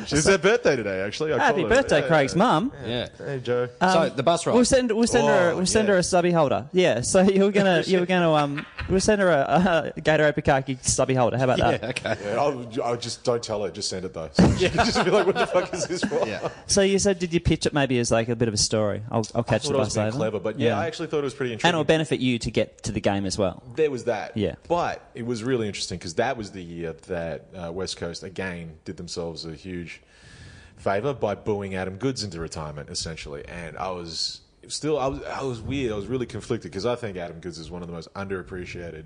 S3: She's her birthday today. Actually. I
S1: Happy
S3: called her.
S1: birthday,
S3: Yeah,
S1: Craig's
S3: yeah.
S1: mum.
S2: Yeah.
S3: Hey Joe.
S2: so the bus ride.
S1: Um, We'll send we'll send her
S3: Oh,
S1: we'll send
S3: yeah.
S1: her a stubby holder. Yeah. So you were gonna you were gonna um we'll send her a, a Gatorade Pukaki stubby holder. How about that?
S2: yeah, okay.
S3: Yeah, I'll, I'll just don't tell her. Just send it though. So she can just be like, "What the fuck is this for?"
S2: Yeah.
S1: So you said did you pitch it maybe as like a bit of a story? I'll, I'll
S3: I
S1: catch
S3: thought
S1: the
S3: I
S1: bus
S3: was being
S1: over.
S3: clever, but yeah, I actually thought it was pretty
S1: and
S3: interesting.
S1: it'll benefit you to get to the game as well.
S3: there was that.
S1: Yeah.
S3: But it was really interesting because that was the year that uh, West Coast again did themselves a huge favor by booing Adam Goods into retirement, essentially. And I was still, I was, I was weird. I was really conflicted because I think Adam Goods is one of the most underappreciated,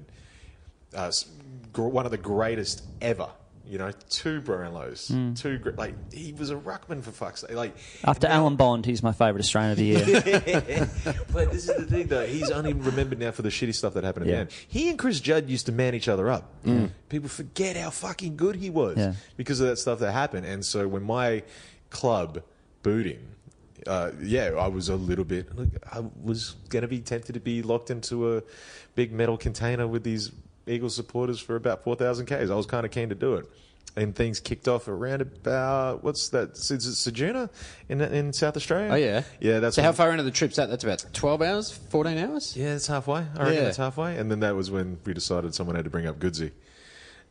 S3: uh, s- gr- one of the greatest ever. You know, two Brownlows,
S1: Hmm.
S3: two gr- like he was a ruckman for fuck's sake. Like
S1: After Alan Bond, he's my favourite Australian of the year.
S3: but this is the thing, though. He's only remembered now for the shitty stuff that happened at
S1: Yeah.
S3: the end. He and Chris Judd used to man each other up.
S2: Mm.
S3: People forget how fucking good he was
S1: Yeah.
S3: because of that stuff that happened. And so when my club booed him, uh, yeah, I was a little bit. Look, I was going to be tempted to be locked into a big metal container with these Eagles supporters for about 4,000 Ks. I was kind of keen to do it. And things kicked off around about, what's that? Is it Sejuna in, in South Australia?
S2: Oh yeah.
S3: Yeah, that's
S2: so.
S3: when-
S2: How far into the trip's that? That's about 12 hours, 14 hours.
S3: yeah, it's halfway. I reckon
S2: Yeah.
S3: it's halfway. And then that was when we decided someone had to bring up Goodsy.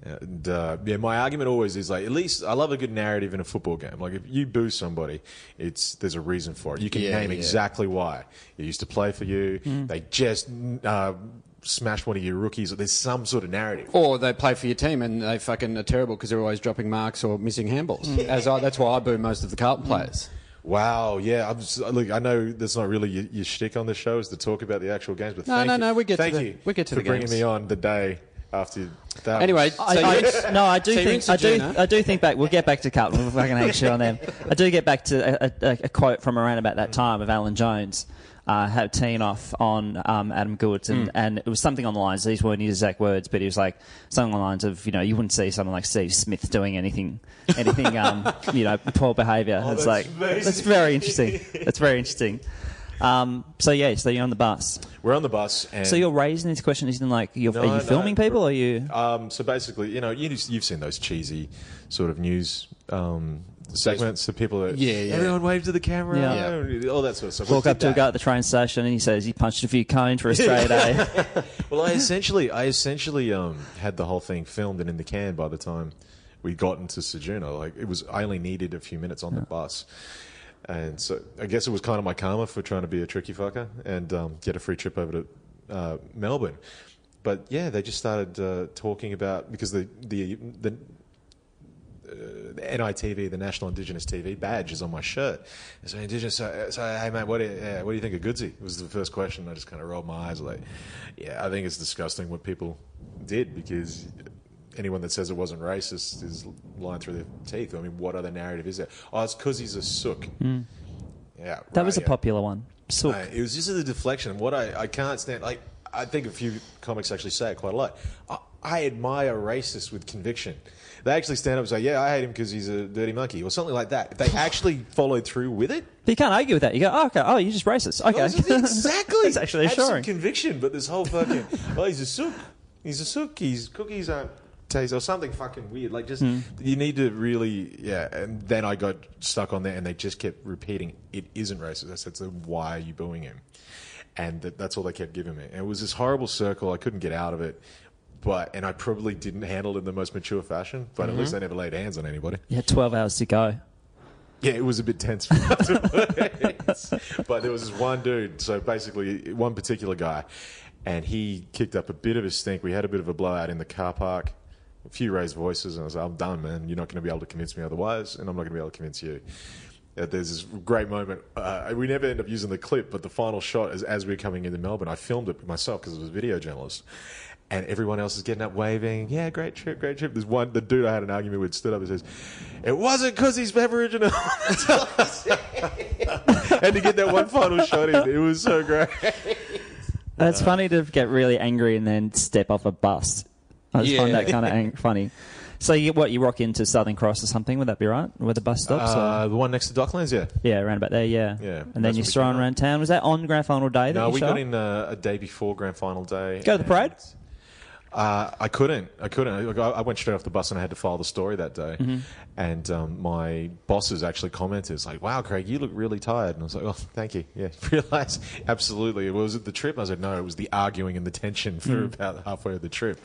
S3: And uh, yeah, my argument always is like, at least I love a good narrative in a football game. Like if you boo somebody, it's there's a reason for it. You can
S2: Yeah,
S3: name
S2: yeah.
S3: exactly why. They used to play for you.
S2: Mm-hmm.
S3: They just uh, smashed one of your rookies. There's some sort of narrative.
S2: Or they play for your team and they fucking are terrible because they're always dropping marks or missing handballs.
S3: Mm.
S2: As I, that's why I boo most of the Carlton players.
S3: Wow, yeah. I'm just, look, I know that's not really your, your shtick on the show is to talk about the actual games, but
S2: No,
S3: thank
S2: no,
S3: you-
S2: no, we get to
S3: thank
S2: the-
S3: you
S2: we get to
S3: for
S2: the
S3: bringing
S2: games.
S3: me on the day after that.
S2: Anyway,
S3: was-
S2: so
S1: I,
S2: you-
S1: I, no, I do
S2: so you
S1: think
S2: rinse
S1: I do
S2: Juna.
S1: I do think back. We'll get back to Carlton. We'll fucking hang shit on them. I do get back to a, a, a quote from around about that time of Alan Jones. Uh, had teeing off on um, Adam Goods, and, and it was something on the lines. These weren't his exact words, but he was like something on the lines of, you know, you wouldn't see someone like Steve Smith doing anything, anything, um, you know, poor behaviour. it's
S3: that's
S1: like
S3: amazing.
S1: that's very interesting. That's very interesting. Um, so yeah, so you're on the bus.
S3: We're on the bus, and
S1: So you're raising this question isn't like you're,
S3: No,
S1: are you
S3: no.
S1: filming people? Or are you?
S3: Um, so basically, you know, you, you've seen those cheesy sort of news um, segments of people that
S2: Yeah, yeah.
S3: everyone wave to the camera,
S1: Yeah.
S3: all that sort of stuff.
S1: Walk
S3: We
S1: up
S3: did
S1: to a
S3: that.
S1: guy at the train station and he says he punched a few cones for a straight A.
S3: Well, I essentially, I essentially um, had the whole thing filmed and in the can by the time we got into Sejuna. Like it was, I only needed a few minutes on the bus, and so I guess it was kind of my karma for trying to be a tricky fucker and um, get a free trip over to uh, Melbourne. But yeah, they just started uh, talking about because the the the the NITV, the National Indigenous TV badge, is on my shirt. And so Indigenous, so, so hey mate, what do you, yeah, what do you think of Goodsy? It was the first question. I just kind of rolled my eyes, like, yeah, I think it's disgusting what people did because anyone that says it wasn't racist is lying through their teeth. I mean, what other narrative is there? Oh, it's because he's a sook. Yeah,
S1: Hmm. That was a
S3: right, Oh, yeah.
S1: popular one. So
S3: No, it was just the deflection. What I, I can't stand, like, I think a few comics actually say it quite a lot. I, I admire racists with conviction. They actually stand up and say, yeah, I hate him because he's a dirty monkey or something like that. If they actually followed through with it,
S1: But you can't argue with that. You go, oh, okay, oh, you're just racist. Okay,
S3: well, this is- exactly.
S1: That's actually
S3: Have some
S1: assuring.
S3: conviction, but this whole fucking, oh, he's a sook. He's a sook. He's cookies aren't taste or something fucking weird. Like, just,
S1: Hmm.
S3: you need to really, yeah. And then I got stuck on there and they just kept repeating, it isn't racist. I said, so why are you booing him? And that, that's all they kept giving me. And it was this horrible circle. I couldn't get out of it. But, and I probably didn't handle it in the most mature fashion, but
S1: Mm-hmm.
S3: at least they never laid hands on anybody.
S1: you had 12 hours to go.
S3: Yeah, it was a bit tense. For me afterwards. but there was this one dude. So basically, one particular guy, and he kicked up a bit of a stink. We had a bit of a blowout in the car park. A few raised voices, and I was like, "I'm done, man. You're not going to be able to convince me otherwise, and I'm not going to be able to convince you." Uh, There's this great moment. Uh, we never end up using the clip, but the final shot is as we're coming into Melbourne. I filmed it myself because I was a video journalist, and everyone else is getting up waving. Yeah, great trip, great trip. There's one, the dude I had an argument with stood up and says, "It wasn't because he's Aboriginal." and to get that one final shot in, it was so great.
S1: It's
S3: Uh.
S1: funny to get really angry and then step off a bus. I just find that kind of ang- funny. So you, what, you rock into Southern Cross or something, would that be right? Where the bus stops? or-
S3: Uh, the one next to Docklands, yeah.
S1: yeah, around about there, yeah.
S3: Yeah,
S1: And then
S3: that's
S1: you're
S3: what we
S1: thrown
S3: came up.
S1: around town. Was that on grand final day that
S3: No,
S1: you
S3: we
S1: shot?
S3: got in uh, a day before grand final day.
S1: Go to the parade?
S3: Uh, I couldn't. I couldn't. I I went straight off the bus and I had to file the story that day. And um, my bosses actually commented, "It's like, wow, Craig, you look really tired." And I was like, "Oh, thank you." Yeah, realize absolutely. Was it the trip? I said, "No, it was the arguing and the tension for about halfway of the trip."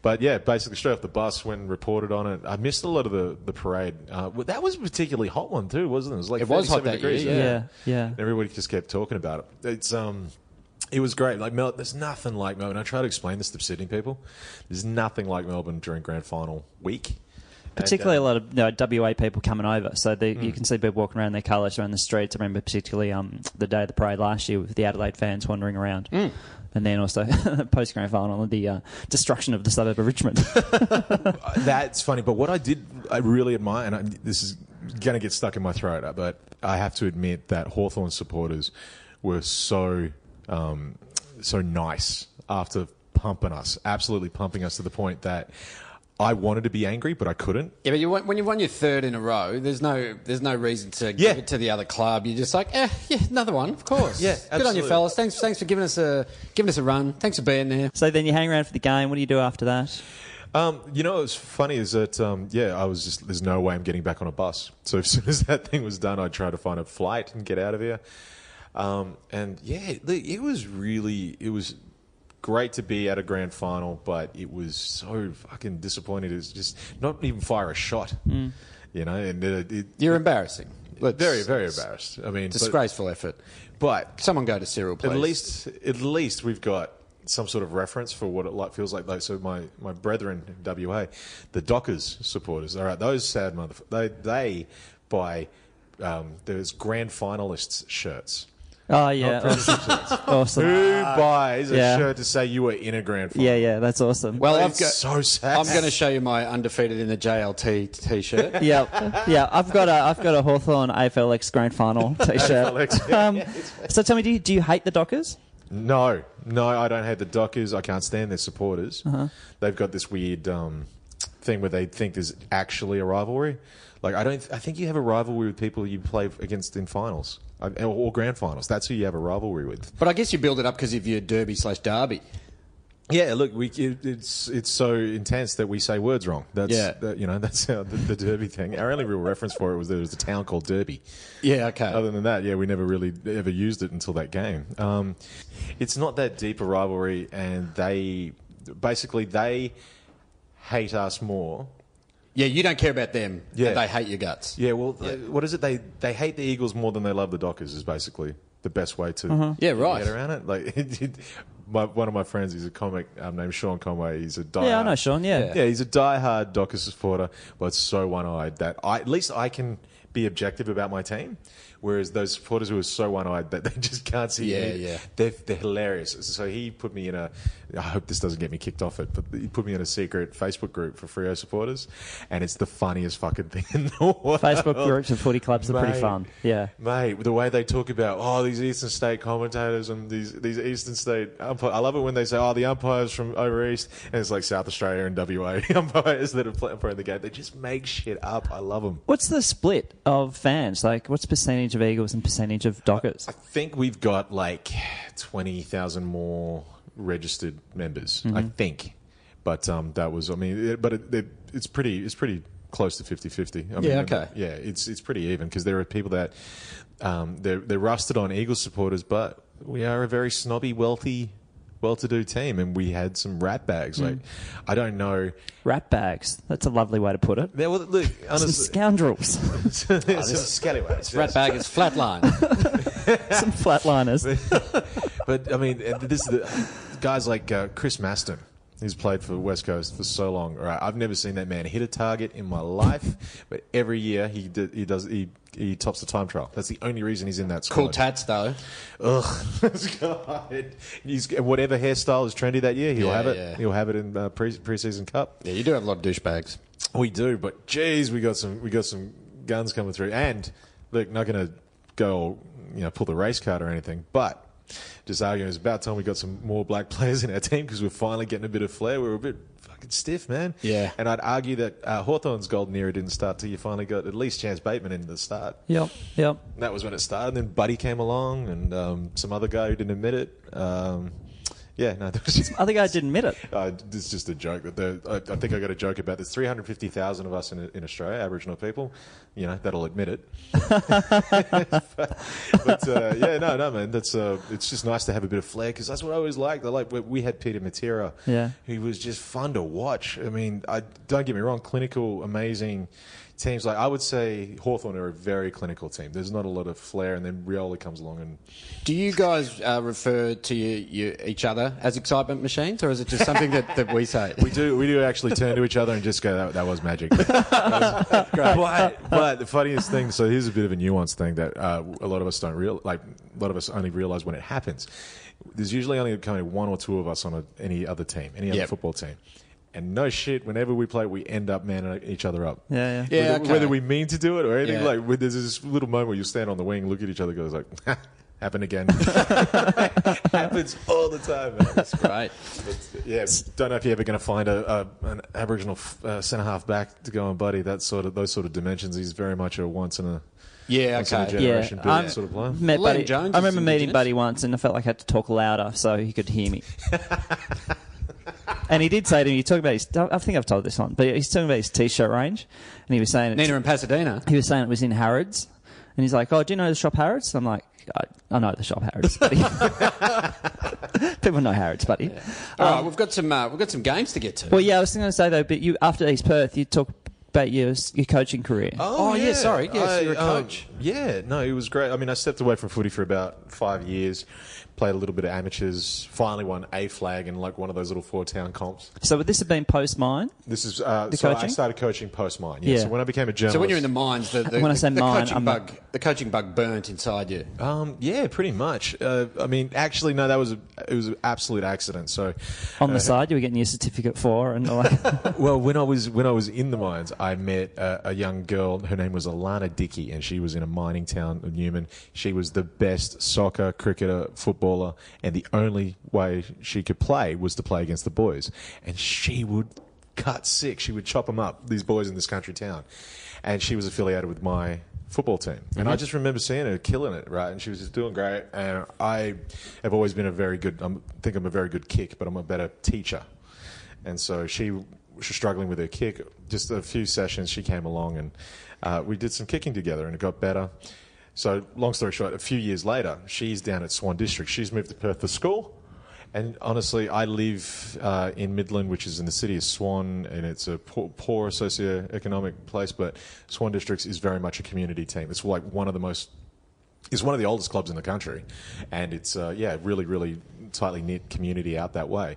S3: But yeah, basically straight off the bus when reported on it, I missed a lot of the the parade. Uh, well, that was a particularly hot one too, wasn't it? It was like
S2: It was hot
S3: 37
S2: that year,
S3: degrees,
S2: yeah.
S1: yeah, yeah.
S3: and everybody just kept talking about it. It's um, it was great. Like Mel, there's nothing like Melbourne. I try to explain this to Sydney people. There's nothing like Melbourne during Grand Final week.
S1: Particularly
S3: And, uh,
S1: a lot of you know, WA people coming over, so they,
S3: Mm.
S1: you can see people walking around in their colours around the streets. I remember particularly um, the day of the parade last year with the Adelaide fans wandering around,
S3: Mm.
S1: and then also post grand final the uh, destruction of the suburb of Richmond.
S3: uh, that's funny. But what I did, I really admire, and I, this is going to get stuck in my throat. uh, But I have to admit that Hawthorn supporters were so um, so nice after pumping us, absolutely pumping us to the point that I wanted to be angry, but I couldn't.
S2: Yeah, but you, won- when you won your third in a row, there's no there's no reason to give
S3: Yeah.
S2: it to the other club. You're just like, eh, yeah, another one, of course.
S3: Yeah,
S2: good on you,
S3: absolutely.
S2: fellas. Thanks, thanks for giving us a giving us a run. Thanks for being there.
S1: so then you hang around for the game. What do you do after that?
S3: Um, you know, what's funny is that um, yeah, I was just there's no way I'm getting back on a bus. So as soon as that thing was done, I tried to find a flight and get out of here. Um, and yeah, the- it was really it was great to be at a grand final, but it was so fucking disappointed. It's just not even fire a shot, you know. And it, it,
S2: You're embarrassing. Let's-
S3: very very embarrassed. I mean, but-
S2: disgraceful effort.
S3: but
S2: Someone go to Cyril, please.
S3: at least, at least we've got some sort of reference for what it like feels like. Though, so my my brethren in WA, the Dockers supporters. All right, those sad motherfuckers. They they buy um, there's grand finalists shirts.
S1: Oh yeah, awesome. Awesome.
S3: Who buys a
S1: Uh, yeah.
S3: shirt to say you were in a grand final?
S1: Yeah, yeah, that's awesome.
S2: Well, I've
S3: It's
S2: got,
S3: so sad.
S2: I'm going to show you my undefeated in the JLT t-shirt.
S1: yeah, yeah. I've got a I've got a Hawthorn AFLX Grand Final T-shirt.
S3: AFLX, yeah,
S1: um, so tell me, do you, do you hate the Dockers?
S3: No, no, I don't hate the Dockers. I can't stand their supporters. They've got this weird. Um, thing where they think there's actually a rivalry. Like I don't, I think you have a rivalry with people you play against in finals uh, or grand finals. That's who you have a rivalry with.
S2: But I guess you build it up because of your derby slash derby.
S3: Yeah, look, we, it, it's it's so intense that we say words wrong. That's
S2: Yeah.
S3: that- you know that's how the, the Derby thing. Our only real reference for it was there was a town called Derby.
S2: Yeah, okay.
S3: Other than that, yeah, we never really ever used it until that game. Um, it's not that deep a rivalry, and they basically they hate us more
S2: yeah, you don't care about them.
S3: Yeah.
S2: and they hate your guts.
S3: Yeah, well, uh, what is it? They they hate the Eagles more than they love the Dockers. Is basically the best way to
S2: Yeah, right.
S3: get around it. Like, my, one of my friends, he's a comic um, named Sean Conway. He's a die
S1: Yeah, I know Sean, yeah.
S3: Oh, yeah, he's a diehard Dockers supporter, but it's so one eyed that I at least I can be objective about my team. Whereas those supporters who are so one eyed that they just can't see.
S2: Yeah,
S3: any-
S2: yeah.
S3: They're, they're hilarious. So he put me in a. I hope this doesn't get me kicked off it, but he put me in a secret Facebook group for Frio supporters, and it's the funniest fucking thing in the world.
S1: Facebook groups and footy clubs are pretty
S3: Mate.
S1: fun. Yeah.
S3: Mate, the way they talk about oh these Eastern State commentators and these these Eastern State umpires. I love it when they say oh the umpires from over east and it's like South Australia and WA umpires that are playing for the game. They just make shit up. I love them.
S1: What's the split of fans? Like, what's percentage of Eagles and percentage of Dockers?
S3: I think we've got like twenty thousand more registered members.
S2: Mm-hmm.
S3: I think, but um, that was I mean, it, but it, it, it's pretty it's pretty close to 50-50. I mean,
S2: Yeah, okay.
S3: Yeah, it's it's pretty even because there are people that um, they're they're rusted on Eagles supporters, but we are a very snobby, wealthy, well-to-do team, and we had some rat bags.
S2: Mm.
S3: Like, I don't know.
S1: Rat bags. That's a lovely way to put it.
S3: There, well, look,
S1: Some
S3: honestly,
S1: scoundrels.
S3: some scallywags.
S2: Rat bag is flatline.
S1: Some flatliners.
S3: But I mean, and this is the guys like uh, Chris Maston. Who's played for West Coast for so long? Right, I've never seen that man hit a target in my life. But every year he d- he does he, he tops the time trial. That's the only reason he's in that squad.
S2: cool tats though.
S3: Ugh, God. He's, and whatever hairstyle is trendy that year, he'll
S2: Yeah,
S3: have it.
S2: yeah.
S3: He'll have it in uh, pre preseason cup.
S2: Yeah, you do have a lot of douchebags.
S3: We do, but geez, we got some we got some guns coming through. And look, not going to go you know pull the race card or anything, but just arguing it's about time we got some more black players in our team because we're finally getting a bit of flair. We were a bit fucking stiff, man.
S2: Yeah.
S3: And I'd argue that uh, Hawthorne's golden era didn't start till you finally got at least Chance Bateman in the start.
S1: Yep, yep.
S3: That was when it started. Then Buddy came along, and um, some other guy who didn't admit it. Um, yeah, no, there was just
S1: Other guy didn't admit it.
S3: uh, it's just a joke that the I, I think I got a joke about. There's 350,000 of us in, in Australia, Aboriginal people. You know that'll admit it. but uh, yeah, no, no, man. That's uh, it's just nice to have a bit of flair because that's what I always liked. I like we- we had Peter Matera.
S1: Yeah.
S3: he was just fun to watch. I mean, I don't get me wrong, clinical, amazing teams. Like I would say, Hawthorn are a very clinical team. There's not a lot of flair, and then Riola comes along and
S2: Do you guys uh, refer to you, you, each other as excitement machines, or is it just something that, that we say?
S3: We do. We do actually turn to each other and just go, "That, that was magic." That was great. But, but the funniest thing. So here's a bit of a nuanced thing that uh, a lot of us don't real like. A lot of us only realize when it happens. There's usually only kind of one or two of us on a, any other team, any other
S2: Yep.
S3: football team. And no shit, whenever we play, we end up manning each other up.
S1: Yeah, yeah.
S2: Yeah,
S3: whether,
S2: okay.
S3: whether we mean to do it or anything,
S2: Yeah.
S3: like when there's this little moment where you stand on the wing, look at each other, goes like, "Happen again." happens all the time. Man. It's
S2: Right.
S3: yeah, don't know if you're ever going to find a, a an Aboriginal f- uh, centre half back to go on buddy. That sort of those sort of dimensions. He's very much a once in a
S2: Yeah,
S3: once in a
S2: okay.
S3: generation
S1: Yeah,
S3: build
S1: I'm-
S3: sort of player.
S1: Met
S2: Liam
S1: Buddy.
S2: Jones
S1: I
S2: is
S1: remember meeting
S2: Indigenous.
S1: Buddy once and I felt like I had to talk louder so he could hear me. and he did say to me, you talk about his, I think I've told this one, but he's talking about his t-shirt range and he was saying, it's-
S2: Nina in Pasadena.
S1: he was saying it was in Harrods and he's like, oh, do you know the shop Harrods? I'm like, I, I know the shop Harrods, buddy. People know Harrods, buddy.
S2: All right, we've got some uh, we've got some games to get to.
S1: Well, yeah, I was going to say though, but you after East Perth, you talk about your your coaching career.
S2: Oh, yeah, sorry. Yes, you're a coach.
S3: Um, yeah, no, it was great. I mean, I stepped away from footy for about five years, played a little bit of amateurs, finally won A flag in like one of those little four town comps.
S1: So would this have been post mine?
S3: This is uh, so I
S1: coaching?
S3: started coaching post mine. Yeah,
S1: Yeah.
S3: So when I became a journalist,
S2: so when you're in the mines, the, the,
S1: When I say
S2: the
S1: mine,
S2: coaching
S1: I'm-
S2: bug, the coaching bug burnt inside you.
S3: Um, yeah, pretty much. Uh, I mean, actually, no, that was a, it was an absolute accident. So
S1: On the side, you were getting your certificate for, and all that.
S3: Well, when I was when I was in the mines, I met a, a young girl. Her name was Alana Dickey, and she was in a mining town of Newman. She was the best soccer, cricketer, footballer, and the only way she could play was to play against the boys. And she would cut sick. She would chop them up, these boys in this country town. And she was affiliated with my football team. And I just remember seeing her killing it, right? And she was just doing great. And I have always been a very good, I think I'm a very good kick, but I'm a better teacher. And so she was struggling with her kick. Just a few sessions, she came along and uh, we did some kicking together and it got better. So, long story short, a few years later, she's down at Swan District. She's moved to Perth for school. And honestly, I live uh, in Midland, which is in the city of Swan, and it's a poor, poor socio-economic place. But Swan Districts is very much a community team. It's like one of the most, it's one of the oldest clubs in the country, and it's uh, yeah, really, really tightly knit community out that way.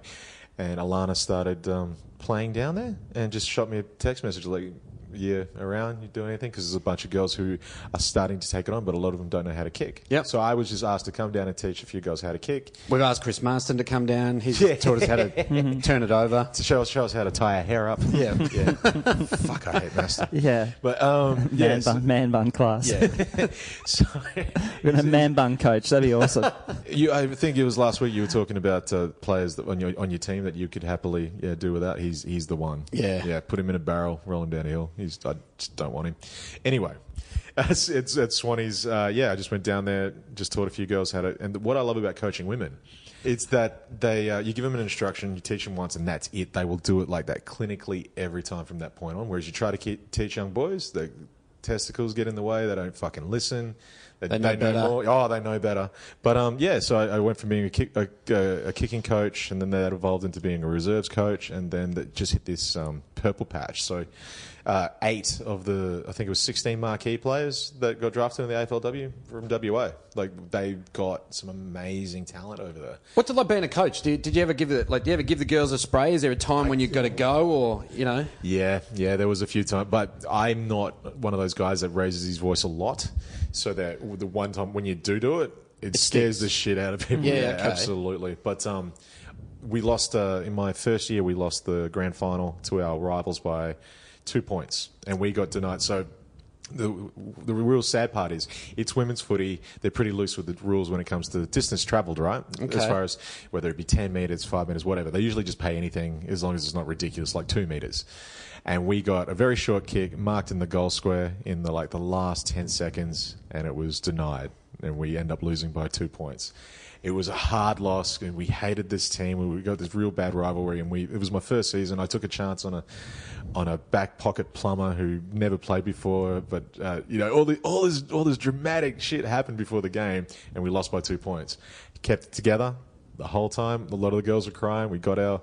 S3: And Alana started um, playing down there, and just shot me a text message like, "Yeah, around you doing anything?" Because there's a bunch of girls who are starting to take it on, but a lot of them don't know how to kick.
S2: Yep.
S3: So I was just asked to come down and teach a few girls how to kick.
S2: We've asked Chris Marston to come down. He's taught us how
S1: Mm-hmm.
S2: to turn it over.
S3: to show us, show us how to tie our hair up. Yeah, yeah. Fuck, I hate master.
S1: Yeah.
S3: But um,
S1: Man,
S3: yeah, so,
S1: bun, man bun class.
S3: yeah. so
S1: We're gonna man bun coach. That'd be awesome.
S3: you, I think it was last week you were talking about uh, players that on your on your team that you could happily yeah, do without. He's he's the one.
S2: Yeah.
S3: yeah. Put him in a barrel, roll him down a hill. He's I just don't want him. Anyway. It's, it's at Swanee's. Uh, yeah, I just went down there, just taught a few girls how to. And what I love about coaching women, it's that they uh, you give them an instruction, you teach them once, and that's it. They will do it like that clinically every time from that point on. Whereas you try to keep, teach young boys, the testicles get in the way. They don't fucking listen. They,
S2: They know better.
S3: more. Oh, they know better. But um, yeah, so I, I went from being a, kick, a, a, a kicking coach, and then that evolved into being a reserves coach, and then that just hit this um, purple patch. So uh, eight of the, I think it was 16 marquee players that got drafted in the AFLW from WA. Like they got some amazing talent over there.
S2: What's it like being a coach? Did, did you ever give the, like? Do you ever give the girls a spray? Is there a time when you've got to go, or you know?
S3: Yeah, yeah, there was a few times, but I'm not one of those guys that raises his voice a lot. So that the one time when you do do it, it, scares the shit out of people.
S2: Yeah, okay.
S3: absolutely. But um, we lost uh, in my first year. We lost the grand final to our rivals by two points, and we got denied. So the the real sad part is it's women's footy. They're pretty loose with the rules when it comes to distance travelled, right? As far as whether it be ten meters, five meters, whatever, they usually just pay anything as long as it's not ridiculous, like two meters. And we got a very short kick marked in the goal square in the like the last ten seconds, and it was denied, and we end up losing by two points. It was a hard loss, and we hated this team. We got this real bad rivalry, and we it was my first season. I took a chance on a on a back pocket plumber who never played before, but uh, you know all the all this all this dramatic shit happened before the game, and we lost by two points. Kept it together the whole time. A lot of the girls were crying. We got our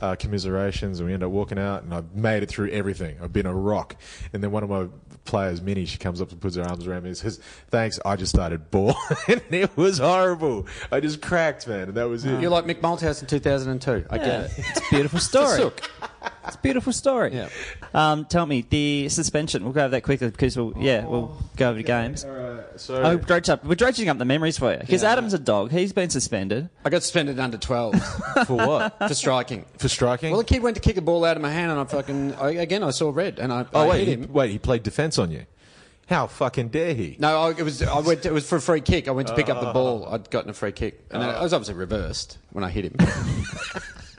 S3: uh, commiserations, and we ended up walking out. And I made it through everything. I've been a rock. And then one of my players, Minnie, she comes up and puts her arms around me and says, "Thanks." I just started bawling. it was horrible. I just cracked, man, and that was it.
S2: You're like Mick Malthouse in 2002. I get it.
S1: It's a beautiful story. It's a beautiful story.
S2: Yeah.
S1: Um, tell me the suspension. We'll go over that quickly because we'll yeah we'll go over to games.
S3: Oh, All right, so
S1: Oh, we've dredged up. We're dredging up the memories for you because Adam's a dog. He's been suspended.
S2: I got suspended under 12
S3: for what?
S2: for striking.
S3: For striking?
S2: Well, the kid went to kick a ball out of my hand, and I fucking I, again I saw red, and I,
S3: oh
S2: I
S3: wait,
S2: hit
S3: he,
S2: him.
S3: wait, he played defense on you. How fucking dare he?
S2: No, I, it was I went. It was for a free kick. I went to pick up
S1: Oh.
S2: the ball. I'd gotten a free kick, and then I was obviously reversed when I hit him.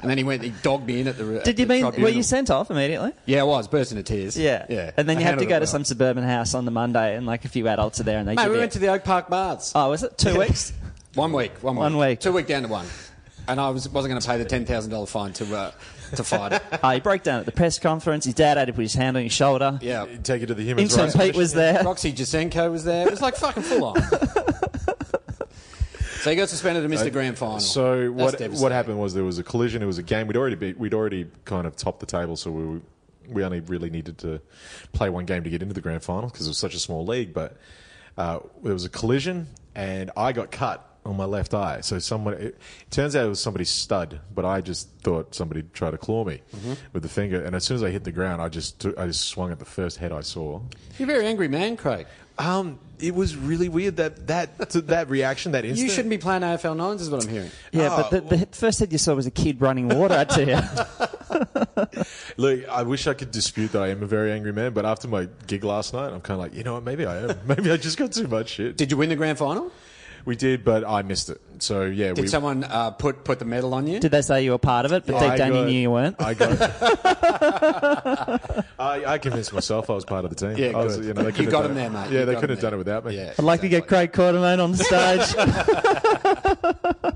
S2: and then he went. He dogged me in at the. re- at
S1: Did you
S2: the
S1: mean were
S2: tribunal.
S1: you sent off immediately?
S2: Yeah, I was bursting into tears.
S1: Yeah.
S2: yeah.
S1: And then you
S2: I
S1: have to
S2: handled
S1: go
S2: it
S1: to
S2: well.
S1: some suburban house on the Monday, and like a few adults are there, and they
S2: Mate,
S1: give
S2: we
S1: you-
S2: went to the Oak Park Baths.
S1: oh, was it two weeks?
S2: One week, one week,
S1: One week.
S2: two week down to one, and I was wasn't going to pay the ten thousand dollar fine to uh, to fight it.
S1: Oh, he broke down at the press conference. His dad had to put his hand on his shoulder.
S2: Yeah,
S3: Take it to the human
S1: Intern
S3: rights.
S1: Pete was there.
S2: Roxy Jasenko was there. It was like fucking full on. so he got suspended and missed the grand final.
S3: So
S2: That's
S3: what what
S2: devastating.
S3: happened was there was a collision. It was a game. We'd already be, we'd already kind of topped the table, so we were- we only really needed to play one game to get into the grand final because it was such a small league. But uh, there was a collision, and I got cut on my left eye. So someone it turns out it was somebody's stud, but I just thought somebody tried to claw me with the finger. And as soon as I hit the ground, I just took, I just swung at the first head I saw.
S2: You're a very angry man, Craig.
S3: Um, it was really weird that that to that reaction that instant.
S2: You shouldn't be playing AFL nines, is what I'm hearing.
S1: Yeah, but
S3: oh.
S1: the, the first head you saw was a kid running water at you.
S3: Look, I wish I could dispute that I am a very angry man, but after my gig last night, I'm kind of like, you know what? Maybe I am. Maybe I just got too much shit.
S2: Did you win the grand final?
S3: We did, but I missed it. So yeah,
S2: Did
S3: we.
S2: someone uh, put put the medal on you?
S1: Did they say you were part of it, but
S3: I
S1: deep down you
S3: got-
S1: knew you weren't?
S3: I got. I, I convinced myself I was part of the team.
S2: Yeah,
S3: I was,
S2: good.
S3: they
S2: You
S3: couldn't have
S2: got
S3: done
S2: him
S3: it-
S2: there, mate.
S3: Yeah,
S2: You
S3: they
S2: got
S3: could
S2: him
S3: have done it without me.
S2: yeah,
S1: I'd like to get Craig Quartermain on the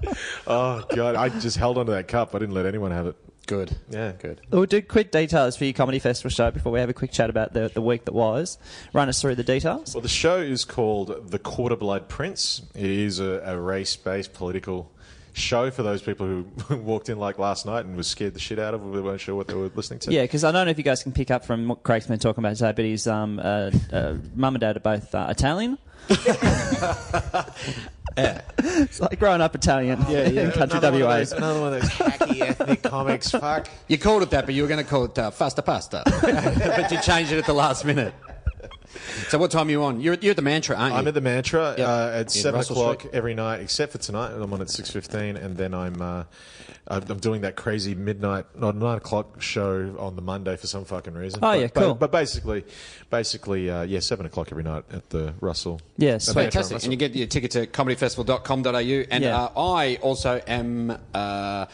S1: stage.
S3: Oh god, I just held onto that cup. I didn't let anyone have it.
S2: good.
S3: Yeah, good.
S1: we'll do quick details for your comedy festival show before we have a quick chat about the, the week that was. Run us through the details.
S3: Well, the show is called The Quarter Blood Prince. It is a, a race based political show for those people who walked in like last night and was scared the shit out of. We weren't sure what they were listening to.
S1: Yeah, because I don't know if you guys can pick up from what Craig's been talking about today, but his um, uh, uh, mum and dad are both uh, Italian. It's like growing up Italian in country WA.
S3: another one of those hacky ethnic comics. Fuck.
S2: You called it that, but you were going to call it uh, Fasta Pasta, but you changed it at the last minute. So what time are you on? You're, you're at the Mantra, aren't you?
S3: I'm at the Mantra
S2: Yeah.
S3: uh, at
S2: In
S3: seven
S2: Russell
S3: o'clock
S2: Street.
S3: every night, except for tonight. I'm on at six fifteen, and then I'm uh, I'm I'm doing that crazy midnight, or nine o'clock show on the Monday for some fucking reason.
S1: Oh,
S3: But-
S1: yeah,
S3: but-
S1: cool.
S3: But, basically, basically, uh, yeah, seven o'clock every night at the Russell.
S1: Yeah,
S3: the
S1: sweet.
S3: Mantra on
S2: Fantastic.
S3: Russell.
S2: And you get your ticket to comedyfestival.com.au. And
S1: Yeah.
S2: uh, I also am uh,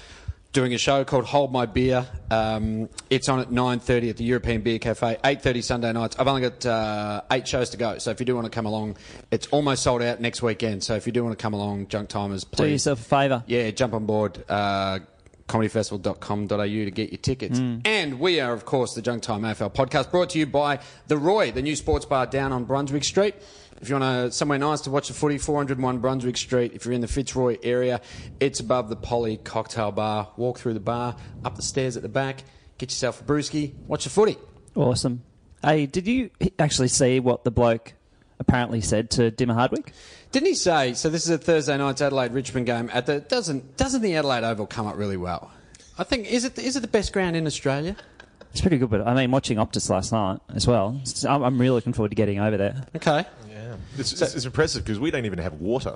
S2: doing a show called Hold My Beer. Um, it's on at 9.30 at the European Beer Cafe, 8.30 Sunday nights. I've only got uh, eight shows to go. So if you do want to come along, it's almost sold out next weekend. So if you do want to come along, Junk Timers,
S1: Do
S2: please.
S1: yourself a favour.
S2: Yeah, jump on board. Uh, comedyfestival.com.au to get your tickets.
S1: Hmm.
S2: And we are, of course, the Junk Time AFL podcast brought to you by The Roy, the new sports bar down on Brunswick Street. If you want to, somewhere nice to watch the footy, 401 Brunswick Street. If you're in the Fitzroy area, it's above the Polly Cocktail Bar. Walk through the bar, up the stairs at the back, get yourself a brewski, watch the footy.
S1: Awesome. Hey, did you actually see what the bloke apparently said to Dimmer Hardwick?
S2: Didn't he say, so this is a Thursday night's Adelaide Richmond game at the, doesn't, doesn't the Adelaide Oval come up really well? I think, is it, is it the best ground in Australia?
S1: It's pretty good, but I mean, watching Optus last night as well, it's- I'm, I'm really looking forward to getting over there.
S2: Okay.
S3: Yeah. It's, it's, it's impressive because we don't even have water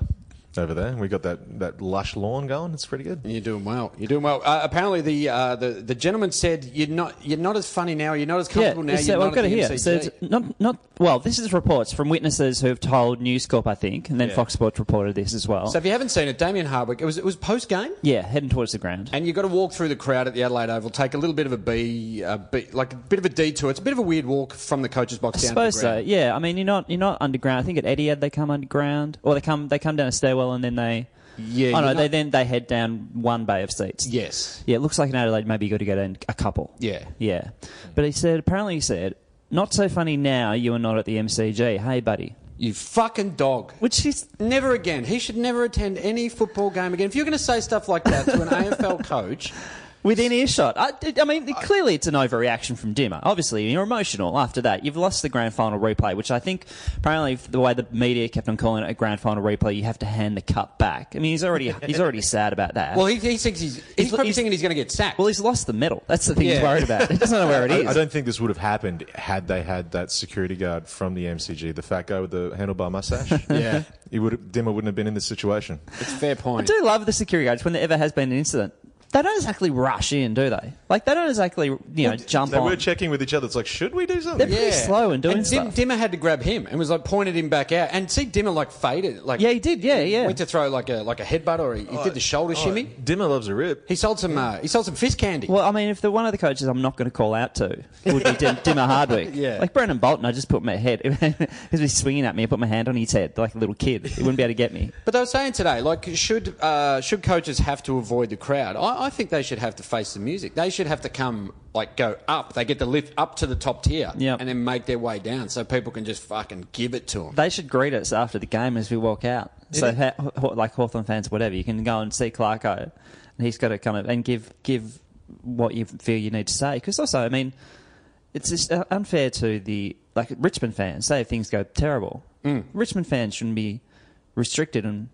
S3: over there. We got that, that lush lawn going. It's pretty good.
S2: You're doing well. You're doing well. Uh, apparently, the, uh, the the gentleman said you're not you're not as funny now. You're not as comfortable now.
S1: it's- uh,
S2: You're
S1: well,
S2: not
S1: I've got
S2: at
S1: it
S2: the
S1: here.
S2: MCG.
S1: So it's not, not, well, this is reports from witnesses who have told News Corp, I think, and then Fox Sports reported this as well.
S2: So if you haven't seen it, Damien Hardwick. It was it was post game,
S1: yeah, heading towards the ground.
S2: and you've got to walk through the crowd at the Adelaide Oval. Take a little bit of a B, a B like a bit of a detour. It's a bit of a weird walk from the coach's box
S1: I
S2: down. to the
S1: suppose so.
S2: ground.
S1: Yeah, I mean, you're not you're not underground. I think at Etihad they come underground, or they come they come down a stairwell and then they.
S2: Yeah,
S1: Oh no,
S2: you're
S1: they
S2: not-
S1: then they head down one bay of seats.
S2: Yes.
S1: Yeah, it looks like in Adelaide maybe you got to go down a couple.
S2: Yeah.
S1: Yeah, but he said apparently he said not so funny now. You are not at the MCG. Hey, buddy.
S2: You fucking dog.
S1: Which is
S2: Never again. He should never attend any football game again. If you're going to say stuff like that to an AFL coach,
S1: within earshot. I, I mean, clearly it's an overreaction from Dimmer. Obviously, you're emotional after that. You've lost the grand final replay, which I think apparently the way the media kept on calling it a grand final replay, you have to hand the cup back. I mean, he's already he's already sad about that.
S2: well, he, he thinks he's he's, probably
S1: he's-
S2: thinking he's going to get sacked.
S1: Well, he's lost the medal. That's the thing he's
S2: Yeah.
S1: worried about. He doesn't know where it
S3: I,
S1: is.
S3: I don't think this would have happened had they had that security guard from the MCG, the fat guy with the handlebar mustache.
S2: Yeah.
S3: he would have, Dimmer wouldn't have been in this situation.
S2: it's a fair
S1: I
S2: point.
S1: do love the security guards when there ever has been an incident. They don't exactly rush in, do they? Like they don't exactly you know jump
S3: they
S1: on.
S3: were checking with each other. It's like, should we do something?
S1: They're pretty slow in doing
S2: and Dim-
S1: stuff.
S2: Dimmer had to grab him and was like pointed him back out. And see, Dimmer like faded. Like
S1: Yeah, he did. Yeah, yeah.
S2: Went to throw like a like a headbutt or he, he did the shoulder shimmy.
S3: Dimmer loves a rip.
S2: He sold some. Uh, he sold some fist candy.
S1: Well, I mean, if the one of the coaches I'm not going to call out to would be Dim- Dimmer Hardwick,
S2: Yeah.
S1: like Brendan Bolton, I just put my head he was swinging at me. I put my hand on his head like a little kid. He wouldn't be able to get me.
S2: But they were saying today, like, should uh, should coaches have to avoid the crowd? I, I think they should have to face the music. They should have to come, like, go up. They get the lift up to the top tier,
S1: Yep.
S2: and then make their way down, so people can just fucking give it to them.
S1: They should greet us after the game as we walk out. So, ha- Haw- like Hawthorn fans, whatever, you can go and see Clarko, and he's got to kind of and give give what you feel you need to say. Because also, I mean, it's just uh, unfair to the like Richmond fans. Say if things go terrible, Richmond fans shouldn't be restricted and.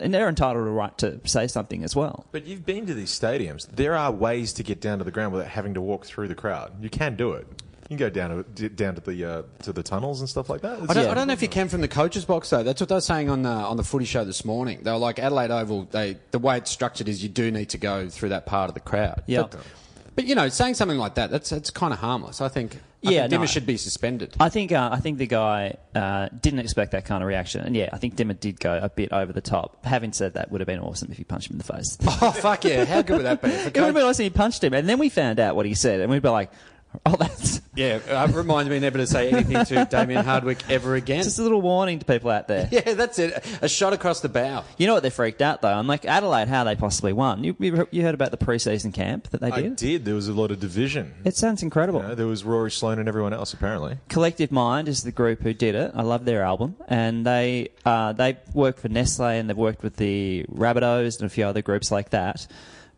S1: And they're entitled to right to say something as well.
S3: But you've been to these stadiums. There are ways to get down to the ground without having to walk through the crowd. You can do it. You can go down to d- down to the uh, to the tunnels and stuff like that.
S2: I don't,
S1: Yeah.
S2: I don't know if you can from the coaches' box though. That's what they were saying on the on the footy show this morning. They were like Adelaide Oval. They the way it's structured is you do need to go through that part of the crowd.
S1: Yeah.
S2: But But you know, saying something like that, that's that's kind of harmless. I think. I
S1: Yeah,
S2: think
S1: no.
S2: Dimmer should be suspended.
S1: I think uh, I think the guy uh, didn't expect that kind of reaction, and yeah, I think Dimmer did go a bit over the top. Having said that, would have been awesome if he punched him in the face.
S2: oh fuck yeah! How good would that be? If a
S1: it would have
S2: coach-
S1: been awesome if he punched him, and then we found out what he said, and we'd be like, "Oh, that's
S2: yeah, uh, reminds me never to say anything to Damien Hardwick ever again.
S1: just a little warning to people out there."
S2: yeah, that's it. A shot across the bow.
S1: You know what? They're freaked out though. I'm like Adelaide, how they possibly won? You, you you heard about the preseason camp that they
S3: I
S1: did?
S3: did. There was a lot of division.
S1: It sounds incredible.
S3: You know, there was Rory Sloan and everyone else, apparently.
S1: Collective Mind is the group who did it. I love their album, and they uh, they work for Nestle and they've worked with the Rabbitohs and a few other groups like that.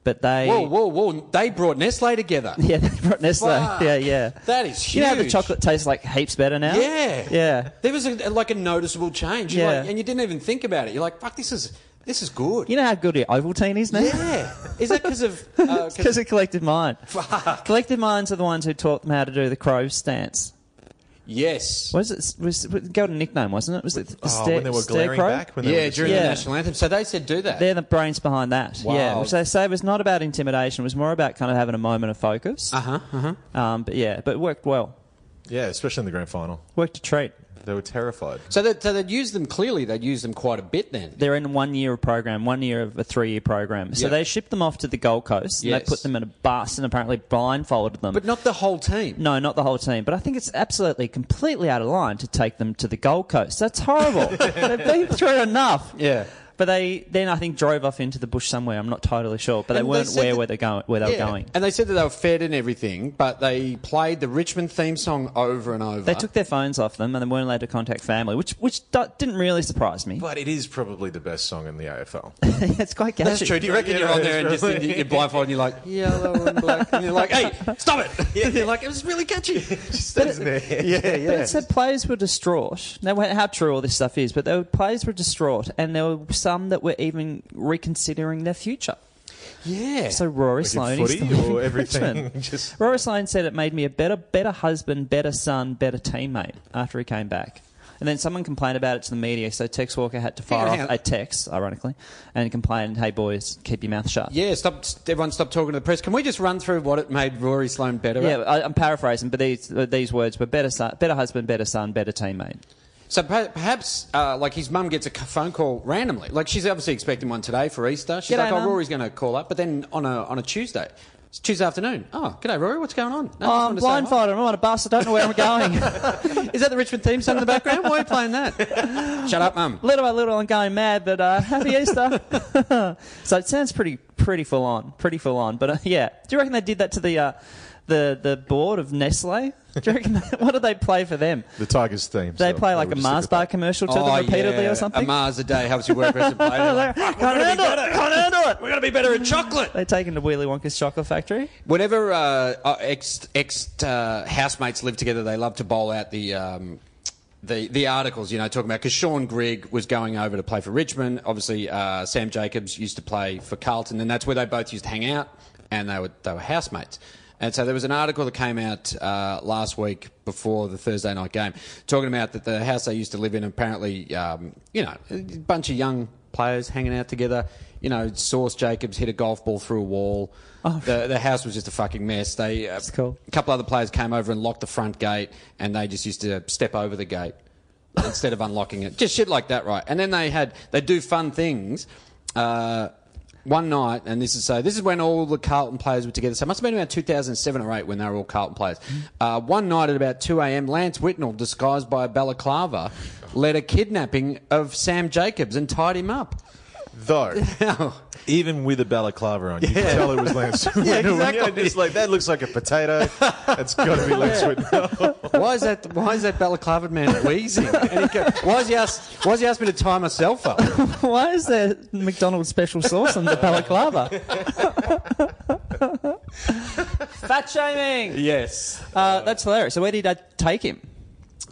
S1: But they
S2: Whoa, whoa, whoa! They brought Nestle together.
S1: yeah they brought Nestle
S2: Fuck.
S1: yeah yeah
S2: That is
S1: You know how the
S2: huge.
S1: chocolate tastes like heaps better now.
S2: Yeah,
S1: yeah.
S2: There was a, like a noticeable change. You're
S1: Yeah.
S2: like- and you didn't even think about it. You're like, fuck, this is this is good.
S1: You know how good your Ovaltine is now.
S2: yeah. Is that because of? Uh,
S1: Because of Collective Mind. Collective Minds are the ones who taught them how to do the crow stance.
S2: yes.
S1: Was it was, was golden nickname? Wasn't it? Was it the
S3: Oh,
S1: stair-
S3: when they were
S1: stair
S3: glaring
S1: crow?
S3: back. When they
S2: Yeah,
S3: were
S2: during the
S1: Yeah.
S2: national anthem. So they said do that.
S1: They're the brains behind that. Yeah,
S2: Wow.
S1: which they say was not about intimidation. It was more about kind of having a moment of focus. Uh huh. Uh-huh. Um, but yeah, but it worked well.
S3: yeah, especially in the grand final.
S1: Worked a treat.
S3: They were terrified.
S2: so that so they'd use them clearly. They'd use them quite a bit then.
S1: They're in one year of program, one year of a three year program. So
S2: Yeah.
S1: they shipped them off to the Gold Coast. And They
S2: Yes.
S1: put them in a bus and apparently blindfolded them.
S2: But not the whole team.
S1: no, not the whole team. But I think it's absolutely completely out of line to take them to the Gold Coast. That's horrible. They've been through enough.
S2: Yeah.
S1: But they then I think drove off into the bush somewhere. I'm not totally sure, but they
S2: And they
S1: weren't
S2: said
S1: aware
S2: that-
S1: where they're going. Where they
S2: Yeah.
S1: were going.
S2: And they said that they were fed and everything, but they played the Richmond theme song over and over.
S1: They took their phones off them and they weren't allowed to contact family, which which do- didn't really surprise me.
S3: But it is probably the best song in the AFL.
S1: it's quite catchy.
S2: That's true. Do you reckon
S3: Yeah,
S2: you're on there and
S3: it's
S2: just in,
S3: really-
S2: you're blindfolded and you're like yellow and black, and you're like, hey, stop it! Yeah, you're like, it was really catchy.
S3: Stays in their head.
S2: yeah,
S1: But it said players were distraught. Now, wh- how true all this stuff is, but there were, players were distraught, and there were some that were even reconsidering their future.
S2: yeah.
S1: So Rory Sloan is
S3: footy
S1: still in
S3: or everything?
S1: Richmond.
S3: Just-
S1: Rory Sloan said it made me a better, better husband, better son, better teammate after he came back. And then someone complained about it to the media, so Tex Walker had to fire
S2: Hang on,
S1: off
S2: hang on.
S1: a text, ironically, and complained, "Hey boys, keep your mouth shut."
S2: yeah, stop! Everyone, stop talking to the press. Can we just run through what it made Rory Sloan better?
S1: Yeah,
S2: At?
S1: I, I'm paraphrasing, but these uh, these words were better son, better husband, better son, better teammate.
S2: So per- perhaps, uh, like his mum gets a c- phone call randomly. Like she's obviously expecting one today for Easter. She's
S1: G'day,
S2: like, "Oh,
S1: Mum."
S2: Rory's going to call up," but then on a on a Tuesday, it's Tuesday afternoon. Oh, g'day, Rory. What's going on? No, just
S1: Oh, I'm
S2: wanted to say hi."
S1: blindfolded. I'm on a bus. I don't know where I'm going.
S2: Is that the Richmond theme song in the background? Why are you playing that? Shut up, mum.
S1: little by little, I'm going mad. But uh, happy Easter. so it sounds pretty pretty full on, pretty full on. But uh, yeah, do you reckon they did that to the uh, the the board of Nestle? Do you reckon? They, what do they play for them?
S3: The Tigers theme.
S1: They
S3: so
S1: play
S3: they
S1: like
S3: were
S1: a
S3: just
S1: Mars
S3: sick of
S1: bar
S3: that. Oh,
S1: commercial to them repeatedly or something.
S2: Oh, A Mars a day helps you work as a player. Like,
S1: can't
S2: "Fuck, we're gonna be
S1: handle it.
S2: better.
S1: Can't handle it.
S2: We're going to be better at chocolate.
S1: They take him to Willy Wonka's chocolate factory.
S2: Whenever uh, uh, ex ex uh, housemates live together, they love to bowl out the. Um, the, the articles, you know, talking about because Sean Grigg was going over to play for Richmond. Obviously, uh, Sam Jacobs used to play for Carlton, and that's where they both used to hang out, and they were they were housemates. And so there was an article that came out uh, last week before the Thursday night game, talking about that the house they used to live in. Apparently, um, you know, a bunch of young players hanging out together. You know, Source Jacobs hit a golf ball through a wall. The, the house was just a fucking mess. They uh,
S1: cool.
S2: a couple other players came over and locked the front gate, and they just used to step over the gate instead of unlocking it. Just shit like that, right? And then they had they do fun things. Uh, one night, and this is so. This is when all the Carlton players were together. So it must have been about 2007 or eight when they were all Carlton players. Uh, one night at about 2 a.m., Lance Whitnell, disguised by a balaclava, led a kidnapping of Sam Jacobs and tied him up.
S3: Though, even with a balaclava on, you can tell it was Lance. yeah,
S2: exactly.
S3: It's like that looks like a potato. It's got to be Lance Whitnell.
S2: Why is that? Why is that balaclava man wheezing? And he go, why is he asked? Why has he asked me to tie myself up?
S1: Why is there McDonald's special sauce on the balaclava? Fat shaming.
S2: Yes.
S1: Uh, that's hilarious. So where did I take him?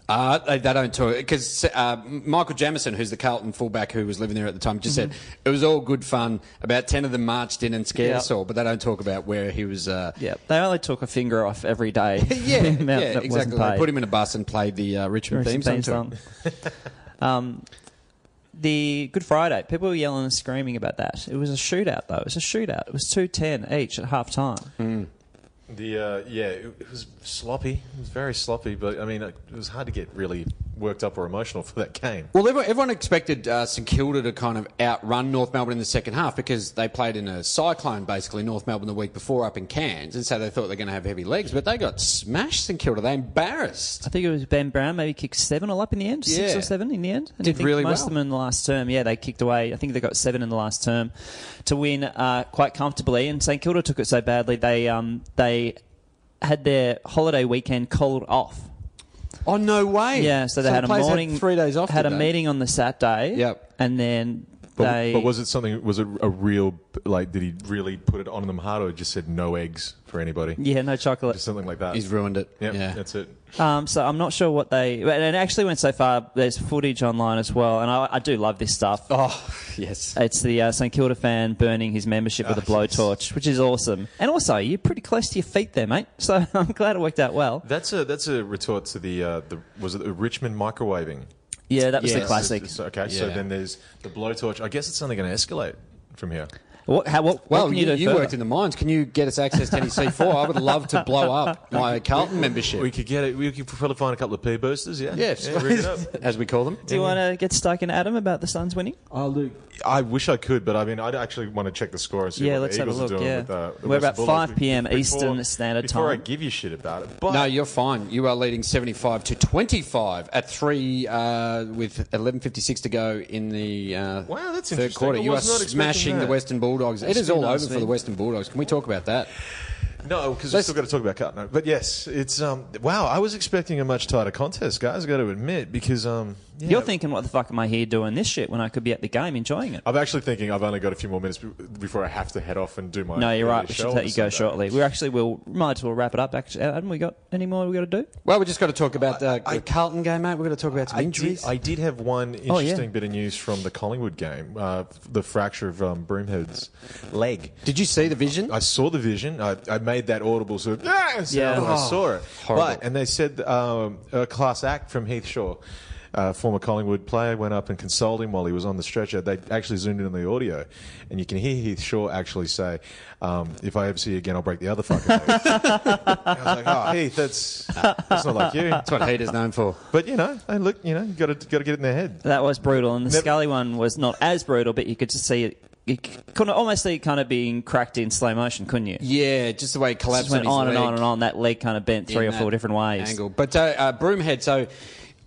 S2: Uh, they, they don't talk because uh, Michael Jamison, who's the Carlton fullback who was living there at the time, just said it was all good fun. About ten of them marched in and scared
S1: Mm-hmm. Yeah.
S2: us all, but they don't talk about where he was. Uh,
S1: Yeah, they only took a finger off every day.
S2: yeah,
S1: The amount
S2: yeah,
S1: that wasn't
S2: exactly. They
S1: paid.
S2: put him in a bus and played the uh, Richmond
S1: Richard
S2: theme song. to him.
S1: Song. um, the Good Friday, people were yelling and Hmm. screaming about that. It was a shootout, though. It was a shootout. It was two ten each at half time.
S3: The uh, yeah, it it was sloppy. It was very sloppy, but I mean, it was hard to get really worked up or emotional for that game.
S2: Well, everyone, everyone expected uh, St Kilda to kind of outrun North Melbourne in the second half because they played in a cyclone, basically, North Melbourne the week before up in Cairns, and so they thought they're going to have heavy legs, but they got smashed, St Kilda. They embarrassed.
S1: I think it was Ben Brown maybe kicked seven all up in the end, six
S2: Yeah.
S1: or seven in the end. And
S2: Did
S1: I think
S2: really
S1: most
S2: well.
S1: of them in the last term. Yeah, they kicked away. I think they got seven in the last term to win uh, quite comfortably. And St Kilda took it so badly they um, they had their holiday weekend called off.
S2: Oh, no way.
S1: Yeah, so they had a
S2: the players
S1: morning,
S2: three days off.
S1: had
S2: today.
S1: a meeting on the Saturday.
S2: Yep.
S1: and then
S3: But,
S1: they.
S3: but was it something? Was it a real like? Did he really put it on them hard, or just said no eggs for anybody?
S1: yeah, no chocolate.
S3: Just something like that.
S2: He's ruined it.
S3: Yep,
S2: yeah.
S3: that's it.
S1: Um, so I'm not sure what they. And it actually went so far. There's footage online as well, and I, I do love this stuff.
S2: Oh, yes.
S1: It's the uh, St Kilda fan burning his membership with a
S2: Ah,
S1: blowtorch, which is awesome. And also, you're pretty close to your feet there, mate. So I'm glad it worked out well.
S3: That's a that's a retort to the uh, the was it the Richmond microwaving?
S1: Yeah, that was the
S2: Yes.
S1: classic.
S3: So- okay, so
S2: Yeah.
S3: then there's the blowtorch. I guess it's only going to escalate from here.
S1: What, how, what, what
S2: Well,
S1: can
S2: you,
S1: do
S2: you,
S1: further?
S2: worked in the mines. Can you get us access to any C4? I would love to blow up my Carlton membership.
S3: We could get it. We could probably find a couple of P boosters. Yeah,
S2: yes,
S3: Yeah, rig it up.
S2: as we call them.
S1: Do you want to get stuck in Adam about the Suns winning?
S4: Oh, Luke,
S3: I wish I could, but I mean, I'd actually want to check the score and see
S1: Yeah,
S3: what
S1: let's
S3: the
S1: have a
S3: Eagles
S1: look,
S3: are doing
S1: yeah.
S3: with uh, the
S1: We're
S3: West
S1: about
S3: Bulldogs
S1: 5 p.m.
S3: before-
S1: Eastern Standard
S3: before I
S1: Time.
S3: give you shit about it, but
S2: No, you're fine. You are leading 75 to 25 at three uh, with 11:56 to go in the uh,
S3: Wow, that's
S2: third
S3: interesting.
S2: quarter.
S3: I
S2: You are
S3: was not expecting
S2: smashing the
S3: that.
S2: Western Bulldogs. It is all
S1: nice,
S2: over for
S1: mate.
S2: the Western Bulldogs. Can we talk about that?
S3: no, because we've still got to talk about Cartno. But yes, it's um, wow. I was expecting a much tighter contest, guys. I got to admit, because um, yeah,
S1: You're thinking, what the fuck am I here doing this shit when I could be at the game enjoying it?
S3: I'm actually thinking I've only got a few more minutes be- before I have to head off and do my.
S1: No, you're
S3: daily
S1: right. We
S3: show
S1: should
S3: on
S1: let you go
S3: Sunday.
S1: shortly. We actually will might as well wrap it up. Actually, Adam, we got any more we got to do?
S2: Well, we just got to talk about uh, the Carlton game, mate. We're going to talk about some
S3: I
S2: injuries.
S3: did, I did have one interesting
S1: Oh, yeah.
S3: bit of news from the Collingwood game uh, the fracture of um, Broomhead's leg.
S2: did you see the vision?
S3: I saw the vision. I, I made that audible sort of "Ah!" sound
S1: Yeah.
S3: when I
S1: Oh,
S3: saw it.
S2: horrible.
S3: But and they said um, a class act from Heath Shaw, uh, former Collingwood player, went up and consoled him while he was on the stretcher. They actually zoomed in on the audio, and you can hear Heath Shaw actually say, um, "If I ever see you again, I'll break the other fucking." leg." I was like, "Oh, Heath, that's that's not like you."
S2: That's what Heat is known for.
S3: But you know, hey, look, you know, you got to got to get it in their head.
S1: That was brutal, and the
S3: Never-
S1: Scully one was not as brutal, but you could just see it. You could almost see it kind of being cracked in slow motion, couldn't you?
S2: Yeah, just the way he collapsed
S1: just went on
S2: on his
S1: and on
S2: leg.
S1: and on. That leg kind of bent three
S2: in
S1: or four
S2: that
S1: different ways.
S2: Angle. But uh, uh, Broomhead, so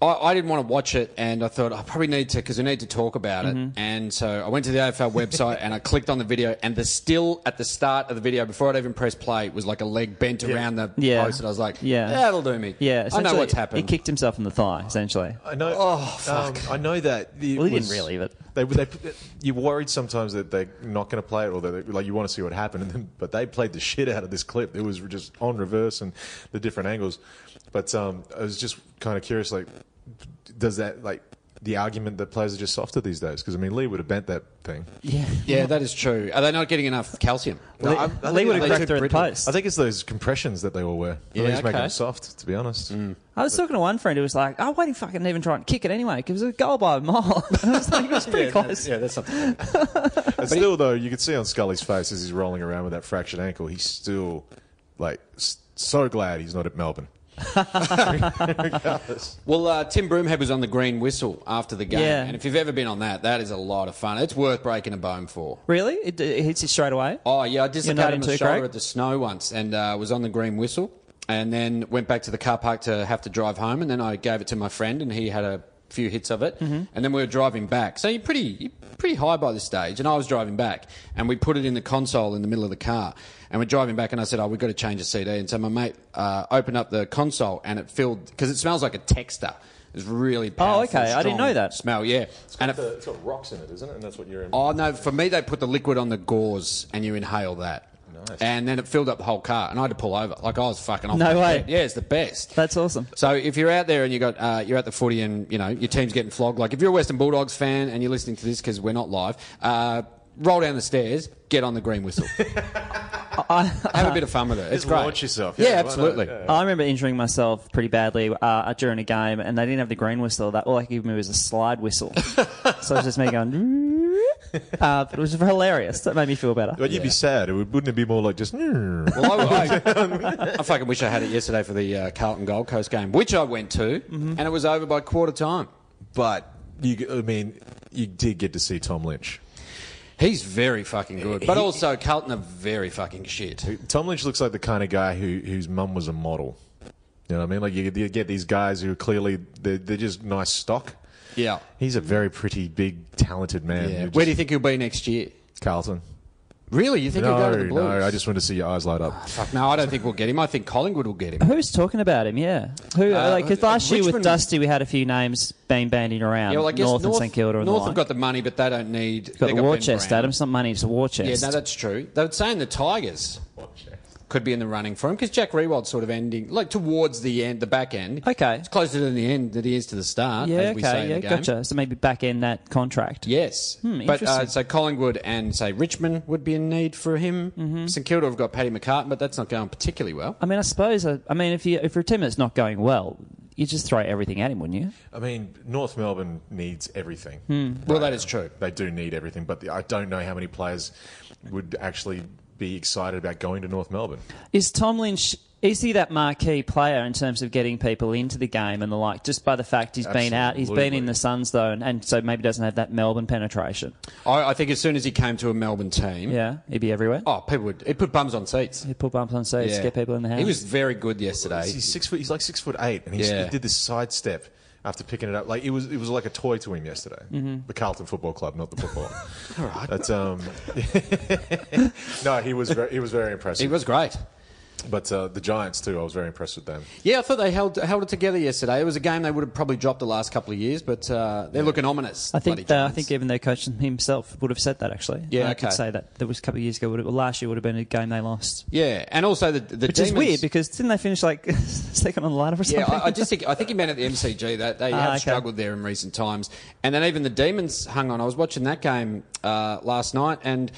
S2: I, I didn't want to watch it, and I thought I probably need to because we need to talk about it.
S1: Mm-hmm.
S2: And so I went to the AFL website and I clicked on the video, and the still at the start of the video before I'd even pressed play was like a leg bent around the
S1: Yeah.
S2: post, and I was like,
S1: Yeah.
S2: that'll do me.
S1: Yeah,
S2: I know
S1: essentially,
S2: what's happened.
S1: He kicked himself in the thigh, essally.
S3: I know.
S2: Oh, fuck.
S3: um, I know that. it
S1: Well, he didn't really, but-
S3: they, they put- you worried sometimes that they're not going to play it, or that they, like you want to see what happened. And then, but they played the shit out of this clip. It was just on reverse and the different angles. But um, I was just kind of curious, like, does that like the argument that players are just softer these days? Because I mean, Lee would have bent that thing.
S1: Yeah.
S2: yeah, that is true. Are they not getting enough calcium?
S1: Lee,
S3: I- I think
S1: Lee would
S3: they
S1: have cracked
S3: took
S1: through the
S2: Britain.
S1: post.
S3: I think it's those compressions that they all wear. I
S2: Yeah,
S3: think it's making
S2: okay.
S3: them soft, to be honest.
S1: I was talking to one friend who was like, oh, why did he fucking even try and kick it anyway? 'Cause it was a goal by a mile. I was like, it was pretty close.
S2: Yeah, that's something.
S3: And still, though, you can see on Scully's face as he's rolling around with that fractured ankle, he's still like s- so glad he's not at Melbourne. Regardless.
S2: Well, uh, Tim Broomhead was on the green whistle after the game,
S1: Yeah.
S2: and if you've ever been on that, that is a lot of fun. It's worth breaking a bone for.
S1: Really? It, it hits you straight away?
S2: Oh yeah, I
S1: not
S2: dislocated my
S1: into it,
S2: shoulder
S1: Craig?
S2: at the snow once, and uh, was on the green whistle, and then went back to the car park to have to drive home, and then I gave it to my friend, and he had a few hits of it,
S1: Mm-hmm.
S2: and then we were driving back. So you're pretty you're pretty high by this stage, and I was driving back, and we put it in the console in the middle of the car, and we're driving back, and I said, "Oh, we've got to change the CD," and so my mate uh, opened up the console, and it filled because it smells like a texter. It's really powerful,
S1: Oh, okay. I didn't
S2: strong
S1: know that.
S2: smell. Yeah, and it
S3: it's got rocks in it, isn't it? And that's what you're in.
S2: Oh no! For me, they put the liquid on the gauze and you inhale that.
S3: Nice.
S2: And then it filled up the whole car, and I had to pull over. Like I was fucking off.
S1: No
S2: my
S1: way.
S2: head. Yeah, it's the best.
S1: That's awesome.
S2: So if you're out there and you got uh, you're at the footy and you know your team's getting flogged, like if you're a Western Bulldogs fan and you're listening to this because we're not live, uh, roll down the stairs, get on the green whistle, have a bit of fun with it. It's
S3: Just
S2: great.
S3: launch yourself.
S2: Yeah,
S3: Yeah, why not?
S2: absolutely.
S3: Yeah.
S1: I remember injuring myself pretty badly uh, during a game, and they didn't have the green whistle. That all they could give me was a slide whistle. so it was just me going. uh, but it was hilarious. That made me feel better.
S3: But you'd be sad. It would, wouldn't it be more like just? "Mm."
S2: Well, I, I, I fucking wish I had it yesterday for the uh, Carlton Gold Coast game, which I went to,
S3: Mm-hmm.
S2: and it was over by quarter time.
S3: But you, I mean, you did get to see Tom Lynch.
S2: He's very fucking good, but also Carlton are very fucking shit.
S3: Tom Lynch looks like the kind of guy who whose mum was a model. You know what I mean? Like you, you get these guys who are clearly they're, they're just nice stock.
S2: Yeah.
S3: He's a very pretty, big, talented man.
S2: Yeah.
S3: You're
S2: Where do you
S3: just-
S2: think he'll be next year?
S3: Carlton?
S2: Really? You think he'll go to
S3: No,
S2: the Blues?
S3: no. I just want to see your eyes light up.
S2: Fuck, no, I don't think we'll get him. I think Collingwood will get him.
S1: Who's talking about him? Yeah, who?
S2: Uh,
S1: like 'cause last year with
S2: Richmond-
S1: Dusty, we had a few names being bandied around.
S2: Yeah, well, I guess
S1: North,
S2: North,
S1: and St Kilda. And
S2: North
S1: the
S2: have
S1: like.
S2: got the money, but they don't need.
S1: Got
S2: they
S1: the war
S2: Ben
S1: chest,
S2: Brown.
S1: Adam. It's not money. It's a war
S2: Yeah,
S1: chest.
S2: no, that's true. They were saying the Tigers could be in the running for him because Jack Rewald's sort of ending, like towards the end, the back end.
S1: Okay.
S2: It's closer to the end than he is to the start,
S1: Yeah,
S2: as
S1: okay,
S2: we say in
S1: yeah,
S2: the game.
S1: gotcha. So maybe back in that contract.
S2: Yes. but uh,
S1: Hmm, interesting.
S2: so Collingwood and, say, Richmond would be in need for him.
S1: Mm-hmm.
S2: St Kilda have got Paddy McCartan, but that's not going particularly well.
S1: I mean, I suppose. uh, I mean, if you if your team that's not going well, you just throw everything at him, wouldn't you?
S3: I mean, North Melbourne needs everything.
S2: Well, that is true.
S3: They do need everything, but the, I don't know how many players would actually be excited about going to North Melbourne.
S1: Is Tom Lynch is he that marquee player in terms of getting people into the game and the like? Just by the fact he's been out, he's been in
S3: Absolutely.
S1: the Suns though, and, and so maybe doesn't have that Melbourne penetration.
S2: I, I think as soon as he came to a Melbourne team,
S1: Yeah, he'd be everywhere.
S2: oh, people would. It put bums on seats.
S1: He'd put bumps on seats,
S2: Yeah.
S1: get people in the house.
S2: He was very good yesterday.
S3: He's six foot. He's like six foot eight, and he's,
S2: Yeah.
S3: he did this sidestep after picking it up. Like it was, it was like a toy to him yesterday.
S2: Mm-hmm.
S3: The Carlton Football Club, not the football. All right. But, um, no, he was very, he was very impressive.
S2: He was great.
S3: But uh, the Giants too, I was very impressed with them.
S2: Yeah, I thought they held held it together yesterday. It was a game they would have probably dropped the last couple of years, but uh, they're looking ominous.
S1: I
S2: the bloody
S1: think that, I
S2: Giants.
S1: think even their coach himself would have said that actually.
S2: Yeah,
S1: I could
S2: okay.
S1: say that there was a couple of years ago. Would have, well, last year would have been a game they lost,
S2: yeah, and also the the
S1: which
S2: demons,
S1: is weird because didn't they finish like second on the ladder or something?
S2: yeah, I, I just think I think he meant at the MCG that they
S1: Ah,
S2: have
S1: okay.
S2: struggled there in recent times, and then even the demons hung on. I was watching that game uh, last night and.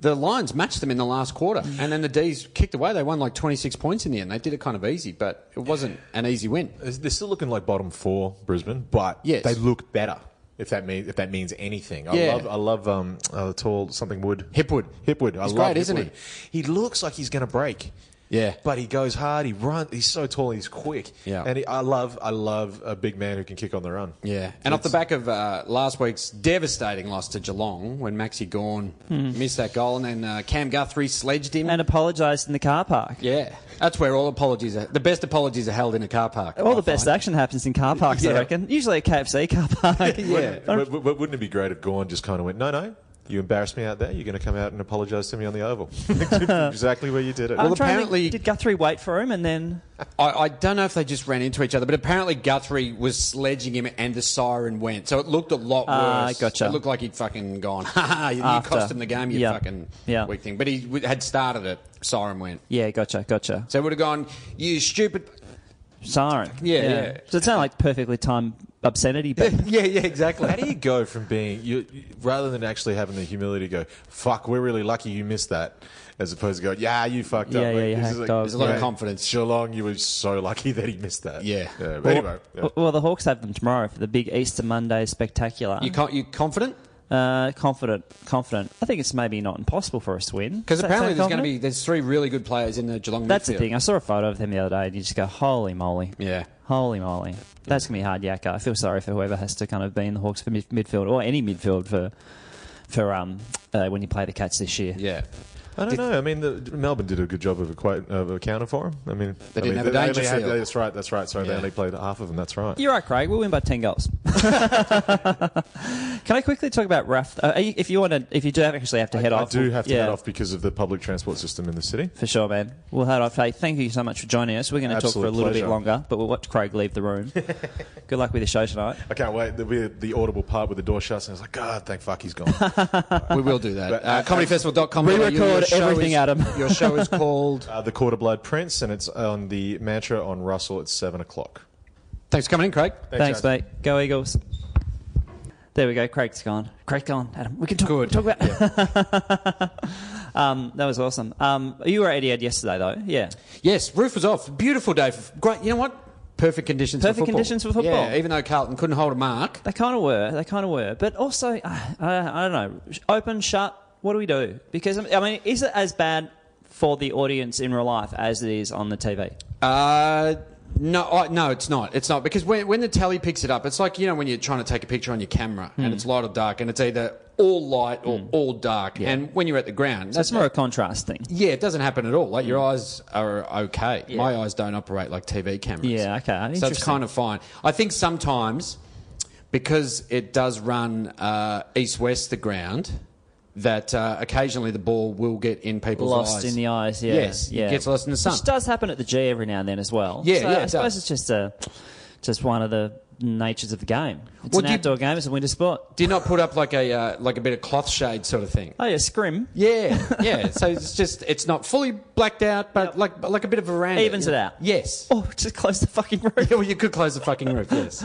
S2: The Lions matched them in the last quarter,
S1: Mm.
S2: and then the D's kicked away. They won like 26 points in the end. They did it kind of easy, but it wasn't an easy win.
S3: They're still looking like bottom four, Brisbane, but
S2: Yes.
S3: they look better. If that means if that means anything, I
S2: Yeah.
S3: love I love um uh, tall something Wood
S2: Hipwood.
S3: Hipwood. I
S2: He's
S3: love
S2: great, isn't
S3: Hipwood. he? He looks like he's going to break.
S2: Yeah.
S3: but he goes hard. He runs. He's so tall. He's quick.
S2: Yeah.
S3: and he, I love I love a big man who can kick on the run.
S2: Yeah, and off the back of uh, last week's devastating loss to Geelong, when Maxi Gorn missed that goal, and then uh, Cam Guthrie sledged him.
S1: Hmm. and apologised in the car park.
S2: yeah, that's where all apologies are. The best apologies are held in a car park.
S1: All
S2: I
S1: the best
S2: find.
S1: action happens in car parks, I
S2: Yeah.
S1: reckon. Usually a KFC car park.
S2: Yeah.
S3: But, but wouldn't it be great if Gorn just kind of went, no, no, you embarrassed me out there. You're going to come out and apologise to me on the oval. exactly where you did it.
S1: I'm
S2: Well,
S1: trying to
S2: apparently-
S1: think, did Guthrie wait for him and then?
S2: I, I don't know if they just ran into each other, but apparently Guthrie was sledging him, and the siren went, so it looked a lot
S1: Ah,
S2: worse.
S1: gotcha.
S2: It looked like he'd fucking gone. Ha ha! You
S1: After.
S2: cost him the game, you
S1: Yeah.
S2: fucking
S1: Yeah.
S2: weak thing. But he w- had started it. Siren went.
S1: Yeah, gotcha, gotcha.
S2: So it would have gone. You stupid.
S1: Siren.
S2: Yeah, yeah.
S1: So it sounded like perfectly timed obscenity, but
S2: yeah, yeah, exactly.
S3: How do you go from being you you- rather than actually having the humility to go, fuck, we're really lucky you missed that, as opposed to go, yeah, you fucked
S1: Yeah,
S3: up.
S1: yeah, you
S3: this is
S1: hacked up. There's
S2: a lot of
S3: mate,
S2: confidence.
S3: Geelong, you were so lucky that he missed that.
S2: Yeah.
S3: but anyway, yeah.
S1: Well, well, the Hawks have them tomorrow for the big Easter Monday spectacular.
S2: You con- you confident?
S1: Uh, confident, confident. I think it's maybe not impossible for us to win. Does
S2: Because
S1: that
S2: apparently
S1: sound
S2: there's going to
S1: confident?
S2: be there's three really good players in the Geelong.
S1: That's the
S2: midfield.
S1: thing. I saw a photo of them the other day, and you just go, "Holy moly!"
S2: Yeah.
S1: Holy moly! That's gonna be hard, yakka. I feel sorry for whoever has to kind of be in the Hawks for mid- midfield or any midfield for for um uh, when you play the Cats this year.
S2: Yeah.
S3: I don't know. I mean, the, Melbourne did a good job of, acqui- of accounting for him. I mean,
S2: They didn't
S3: I mean,
S2: have a
S3: only had-
S2: Dangerfield.
S3: That's right. That's right. Sorry, they
S2: Yeah.
S3: only played half of them. That's right.
S1: You're right, Craig. We'll win by ten goals. Can I quickly talk about Raf? Uh, are you- if you want to, if you do actually have to head
S3: I,
S1: off,
S3: I do have to
S1: yeah,
S3: head off because of the public transport system in the city.
S1: for sure, man. We'll head off. Hey, thank you so much for joining us. We're going to talk for a
S3: Absolute
S1: little bit
S3: pleasure.
S1: longer, but we'll watch Craig leave the room. Good luck with your show tonight.
S3: I can't wait. There'll be the audible part where the door shuts, and I was like, God, thank fuck, he's gone.
S2: We will do that.
S3: But,
S2: uh,
S3: uh,
S2: comedyfestival.com.
S1: We record
S2: Your show
S1: everything,
S2: is-
S1: Adam.
S2: Your show is called.
S3: uh, the Quarter Blood Prince, and it's on the Mantra on Russell at seven o'clock.
S2: Thanks for coming in, Craig.
S1: Thanks,
S3: guys.
S1: mate. Go Eagles. There we go. Craig's gone. Craig gone. Adam, we can talk,
S2: Good.
S1: talk about. um, that was awesome. Um, you were at Etihad yesterday, though. Yeah.
S2: Yes, roof was off. Beautiful day. For, great. You know what? perfect conditions
S1: Perfect
S2: for football.
S1: conditions for football.
S2: Yeah, even though Carlton couldn't hold a mark.
S1: They kind of were. They kind of were. But also, I, I, I don't know. sh- Open, shut. What do we do? Because I mean, is it as bad for the audience in real life as it is on the TV?
S2: Uh, no, I, no, it's not. It's not because when, when the telly picks it up, it's like you know when you're trying to take a picture on your camera
S1: Hmm.
S2: and it's light or dark, and it's either all light or all dark. And when you're at the ground,
S1: That's
S2: that's
S1: more a contrast thing.
S2: yeah, it doesn't happen at all. Like
S1: Hmm.
S2: your eyes are okay. My eyes don't operate like TV cameras.
S1: Yeah, okay.
S2: So it's
S1: Interesting.
S2: kind of fine. I think sometimes because it does run uh, east west the ground. That uh, occasionally the ball will get in people's
S1: Lost
S2: eyes.
S1: in the eyes. Yeah.
S2: Yes,
S1: Yeah.
S2: it gets lost in the sun.
S1: Which does happen at the G every now and then as well.
S2: Yeah,
S1: So
S2: yeah,
S1: I
S2: it
S1: suppose
S2: does.
S1: it's just a, just one of the natures of the game. It's
S2: Well,
S1: an
S2: do you-
S1: outdoor game. It's a winter sport.
S2: Did not put up like a uh, like a bit of cloth shade sort of thing.
S1: Oh yeah, scrim.
S2: Yeah, yeah. so it's just it's not fully blacked out, but
S1: Yep.
S2: like like a bit of veranda
S1: Evens
S2: you know?
S1: it out.
S2: Yes.
S1: Oh, just close the fucking roof.
S2: Yeah, well, you could close the fucking roof. Yes.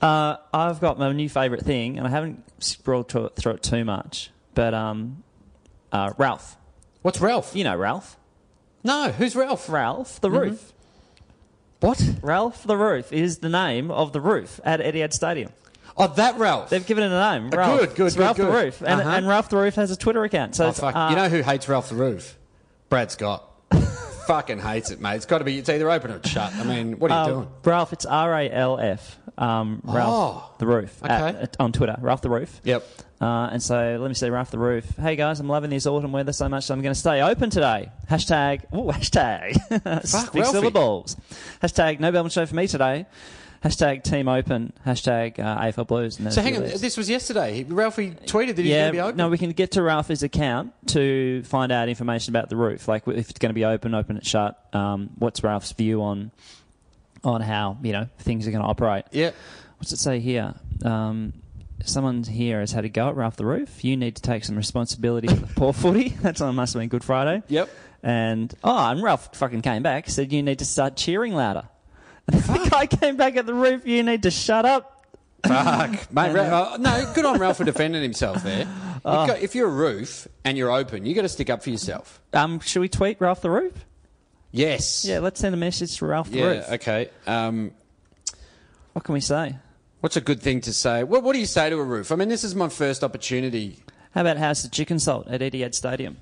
S1: Uh, I've got my new favourite thing, and I haven't scrolled to it, through it too much. But um, uh, Ralph,
S2: What's Ralph?
S1: you know Ralph,
S2: No, who's Ralph?
S1: Ralph
S2: Mm-hmm.
S1: the Roof.
S2: What?
S1: Ralph the Roof is the name of the roof at Etihad Stadium.
S2: Oh, that Ralph.
S1: They've given it a name.
S2: Uh,
S1: Ralph.
S2: good, good,
S1: It's
S2: good,
S1: Ralph the
S2: good.
S1: Roof, and,
S2: Uh-huh.
S1: and Ralph the Roof has a Twitter account. So
S2: oh
S1: it's,
S2: fuck!
S1: uh,
S2: you know who hates Ralph the Roof? Brad Scott. fucking hates it, mate. It's got to be. It's either open or it's shut. I mean, what are you
S1: um,
S2: doing?
S1: Ralph. It's R A L F. Um, Ralph
S2: Oh.
S1: the Roof at-
S2: Okay.
S1: at- on Twitter. Ralph the Roof.
S2: Yep.
S1: Uh, and so let me see, Ralph the Roof. Hey guys, I'm loving this autumn weather so much that I'm going to stay open today. Hashtag, ooh, hashtag. Six
S2: Ralphie.
S1: syllables. Hashtag, no Melbourne show for me today. Hashtag team open. Hashtag uh, AFL Blues. And then
S2: So
S1: a
S2: hang
S1: few
S2: on.
S1: others.
S2: This was yesterday. Ralphie tweeted that he's
S1: yeah,
S2: going to be open.
S1: no, we can get to Ralph's account to find out information about the roof, like if it's going to be open, open it shut. Um, what's Ralph's view on on how you know things are going to operate?
S2: yeah.
S1: What's it say here? Um, someone here has had a go at Ralph the Roof. You need to take some responsibility for the poor footy. That's on must have been Good Friday.
S2: Yep.
S1: And oh, and Ralph fucking came back said you need to start cheering louder. And the guy came back at the roof. You need to shut up.
S2: Fuck, mate. Ra- uh, no, good on Ralph for defending himself there. You've
S1: Oh.
S2: got- if you're a roof and you're open, you got to stick up for yourself.
S1: Um, should we tweet Ralph the Roof?
S2: Yes.
S1: Yeah, let's send a message to Ralph the
S2: Yeah,
S1: Roof.
S2: Okay. Um,
S1: What can we say?
S2: what's a good thing to say? What, what do you say to a roof? I mean, this is my first opportunity.
S1: How about House of Chicken Salt at Etihad Stadium?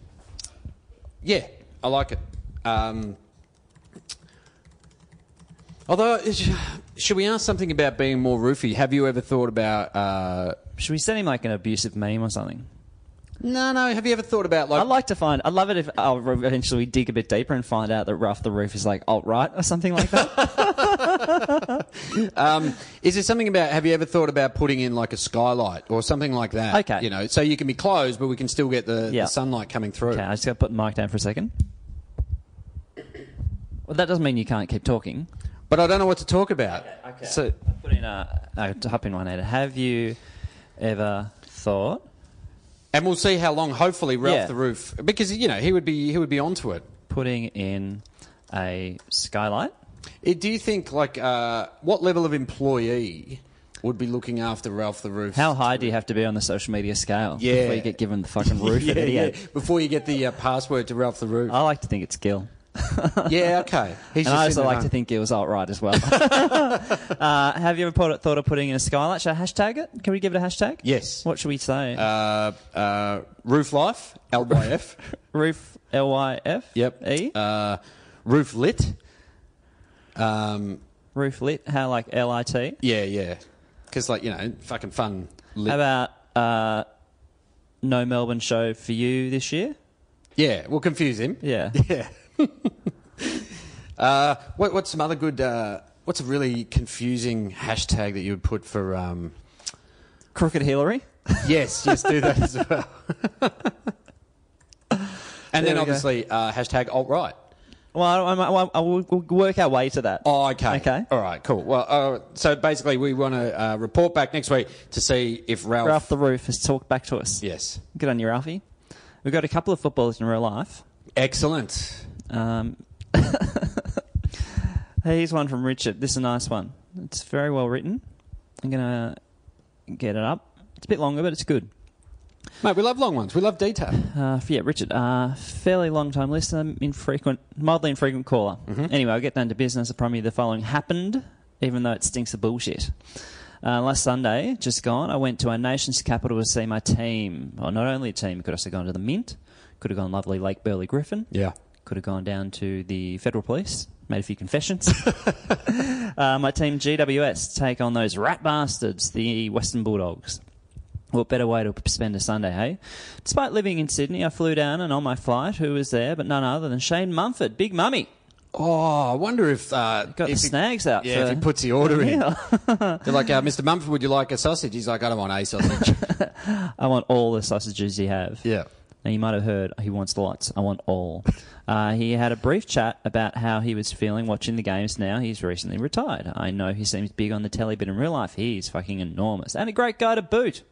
S2: Yeah, I like it. Um, although, is- should we ask something about being more roofy? Have you ever thought about? Uh,
S1: Should we send him like an abusive meme or something?
S2: no, no. Have you ever thought about like?
S1: I'd like to find. I'd love it if I'll eventually dig a bit deeper and find out that Ralph the Roof is like alt right or something like that.
S2: Um, is there something about? Have you ever thought about putting in like a skylight or something like that?
S1: Okay.
S2: you know, so you can be closed, but we can still get the,
S1: Yeah.
S2: the sunlight coming through.
S1: okay, I just got to put the mic down for a second. Well, that doesn't mean you can't keep talking.
S2: But I don't know what to talk about. So,
S1: I put in a, a hop in one head. Have you ever thought?
S2: and we'll see how long. Hopefully, Ralph
S1: Yeah.
S2: the Roof, because you know he would be he would be onto it.
S1: putting in a skylight.
S2: It- Eh, do you think like uh, what level of employee would be looking after Ralph the Roof?
S1: How high do you have to be on the social media scale
S2: Yeah.
S1: before you get given the fucking roof?
S2: Yeah,
S1: at Etihad?
S2: yeah. Before you get the uh, password to Ralph the Roof.
S1: I like to think it's Gil.
S2: Yeah, okay. He's
S1: Uh-huh. and I
S2: just
S1: also
S2: sitting
S1: like
S2: at
S1: to
S2: home.
S1: think Gil's alt right as well. uh, have you ever put, thought of putting in a skylight? Should I hashtag it? Can we give it a hashtag?
S2: Yes.
S1: What should we say?
S2: Uh, uh, roof life, LYF.
S1: roof L Y F.
S2: Yep.
S1: E.
S2: Uh, roof lit. Um,
S1: roof lit. How like L I T.
S2: yeah, yeah. Because, like, you know, fucking fun. Lit.
S1: How about uh, no Melbourne show for you this year?
S2: yeah, we'll confuse him.
S1: Yeah.
S2: Yeah. uh, what, what's some other good. Uh, what's a really confusing hashtag that you would put for. Um,
S1: Crooked Hillary.
S2: yes, yes, do that as well. and
S1: There we
S2: then
S1: go.
S2: obviously uh, hashtag alt right.
S1: Well, I, I, I, I will we'll work our way to that.
S2: Oh, okay.
S1: Okay.
S2: All right, cool. Well, uh, so basically, we want to uh, report back next week to see if Ralph.
S1: Ralph the Roof has talked back to us.
S2: yes.
S1: Good on you, Ralphie. We've got a couple of footballers in real life.
S2: Excellent.
S1: Um, here's one from Richard. This is a nice one. It's very well written. I'm going to get it up. It's a bit longer, but it's good.
S2: Mate, we love long ones. We love detail.
S1: Uh, f- yeah, Richard, uh, fairly long time listener, infrequent, mildly infrequent caller. Anyway, I'll get down to business. I promise you the following happened even though it stinks of bullshit. Uh, last Sunday, just gone, I went to our nation's capital to see my team. Well, not only a team, could also gone to the Mint, could have gone lovely Lake Burley Griffin,
S2: Yeah.
S1: could have gone down to the federal police, made a few confessions. uh, my team GWS take on those rat bastards, the Western Bulldogs. What better way to spend a Sunday, hey? Despite living in Sydney, I flew down and on my flight, who was there but none other than Shane Mumford, Big Mummy.
S2: Oh, I wonder if uh,
S1: Got
S2: if
S1: the
S2: he-
S1: snags out.
S2: Yeah,
S1: for-
S2: if he puts the order in.
S1: Yeah.
S2: They're like, uh, Mr. Mumford, would you like a sausage? He's like, I don't want a sausage.
S1: I want all the sausages you have.
S2: yeah.
S1: Now, you might have heard he wants lots. I want all. Uh, he had a brief chat about how he was feeling watching the games now. He's recently retired. I know he seems big on the telly, but in real life, he's fucking enormous. And a great guy to boot.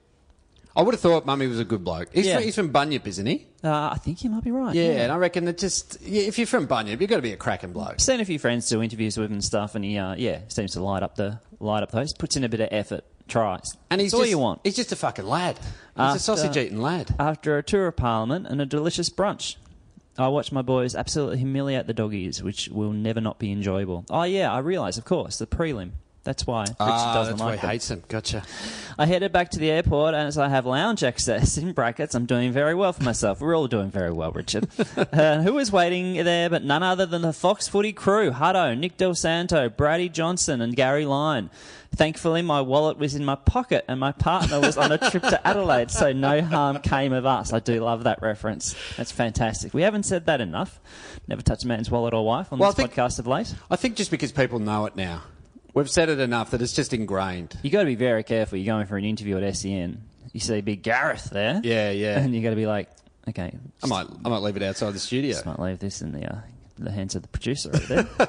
S2: I would have thought Mummy was a good bloke. He's,
S1: Yeah.
S2: from, he's from Bunyip, isn't he?
S1: Uh, I think you might be right.
S2: Yeah, and I reckon that just, yeah, if you're from Bunyip, you've got to be a cracking bloke.
S1: Seen a few friends do interviews with him and stuff, and he, uh, yeah, seems to light up the light up those. Puts in a bit of effort, tries.
S2: And he's
S1: That's all
S2: just,
S1: you want.
S2: He's just a fucking lad. He's
S1: After-
S2: a sausage eating lad.
S1: After a tour of Parliament and a delicious brunch, I watched my boys absolutely humiliate the doggies, which will never not be enjoyable. Oh yeah, I realise, of course, the prelim. That's why Richard
S2: Ah,
S1: doesn't
S2: that's why
S1: like
S2: he
S1: them.
S2: hates him. Gotcha.
S1: I headed back to the airport and as I have lounge access in brackets. I'm doing very well for myself. We're all doing very well, Richard. uh, who was waiting there but none other than the Fox Footy crew? Hutto, Nick Del Santo, Brady Johnson, and Gary Lyon. Thankfully, my wallet was in my pocket and my partner was on a trip to Adelaide, so no harm came of us. I do love that reference. That's fantastic. We haven't said that enough. Never touch a man's wallet or wife on
S2: Well,
S1: this
S2: I think-
S1: podcast of late.
S2: I think just because people know it now, we've said it enough that it's just ingrained.
S1: You got to be very careful. You're going for an interview at SEN. You see Big Gareth there.
S2: Yeah, yeah.
S1: And you got to be like, okay,
S2: I might, I might leave it outside the studio.
S1: just might leave this in the uh, the hands of the producer over there.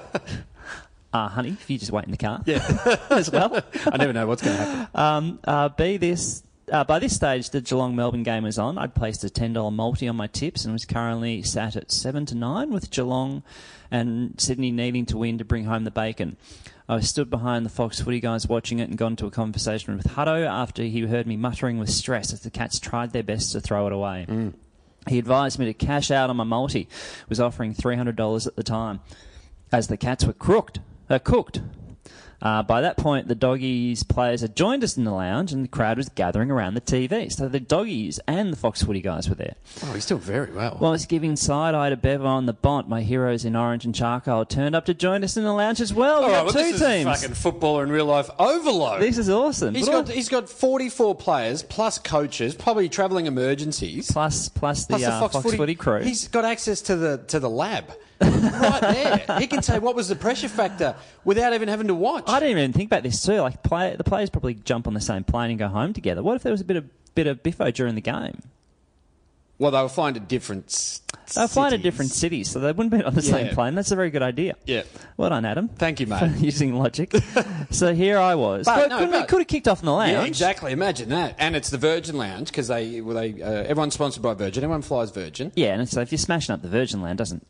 S1: Uh, honey, if you just wait in the car yeah. as well.
S2: I never know what's going to happen.
S1: Uh, be this uh, by this stage, the Geelong Melbourne game was on. I'd placed a ten dollar multi on my tips and was currently sat at seven to nine with Geelong and Sydney needing to win to bring home the bacon. I was stood behind the Fox Footy guys watching it and got into a conversation with Hutto after he heard me muttering with stress as the Cats tried their best to throw it away. He advised me to cash out on my multi, was offering $300 at the time, as the cats were crooked, uh, cooked. Uh, by that point, the doggies players had joined us in the lounge, and the crowd was gathering around the TV. So the doggies and the Fox Footy guys were there.
S2: Oh, he's doing very well.
S1: While I was giving side eye to Bevo on the Bont, my heroes in orange and charcoal turned up to join us in the lounge as well.
S2: All
S1: We
S2: right,
S1: got
S2: well,
S1: two
S2: this is
S1: teams.
S2: fucking footballer in real life overload.
S1: this is awesome.
S2: He's
S1: But all-
S2: got he's got 44 players plus coaches, probably travelling emergencies,
S1: plus plus the,
S2: plus
S1: uh, Fox, Footy, crew.
S2: He's got access to the to the lab right there. He can say what was the pressure factor without even having to watch.
S1: I didn't even think about this too. Like play, the players probably jump on the same plane and go home together. What if there was a bit of bit of biffo during the game?
S2: well, they'll find a different.
S1: They fly to
S2: cities.
S1: different cities, so they wouldn't be on the same
S2: Yeah.
S1: plane. That's a very good idea.
S2: Yeah.
S1: Well done, Adam.
S2: Thank you, mate.
S1: Using logic. so here I was. But,
S2: But no,
S1: couldn't-
S2: but-
S1: could have kicked off in the lounge.
S2: Yeah, exactly. Imagine that. And it's the Virgin Lounge because they, well, they uh, everyone's sponsored by Virgin. Everyone flies Virgin.
S1: Yeah, and so if you're smashing up the Virgin Land, doesn't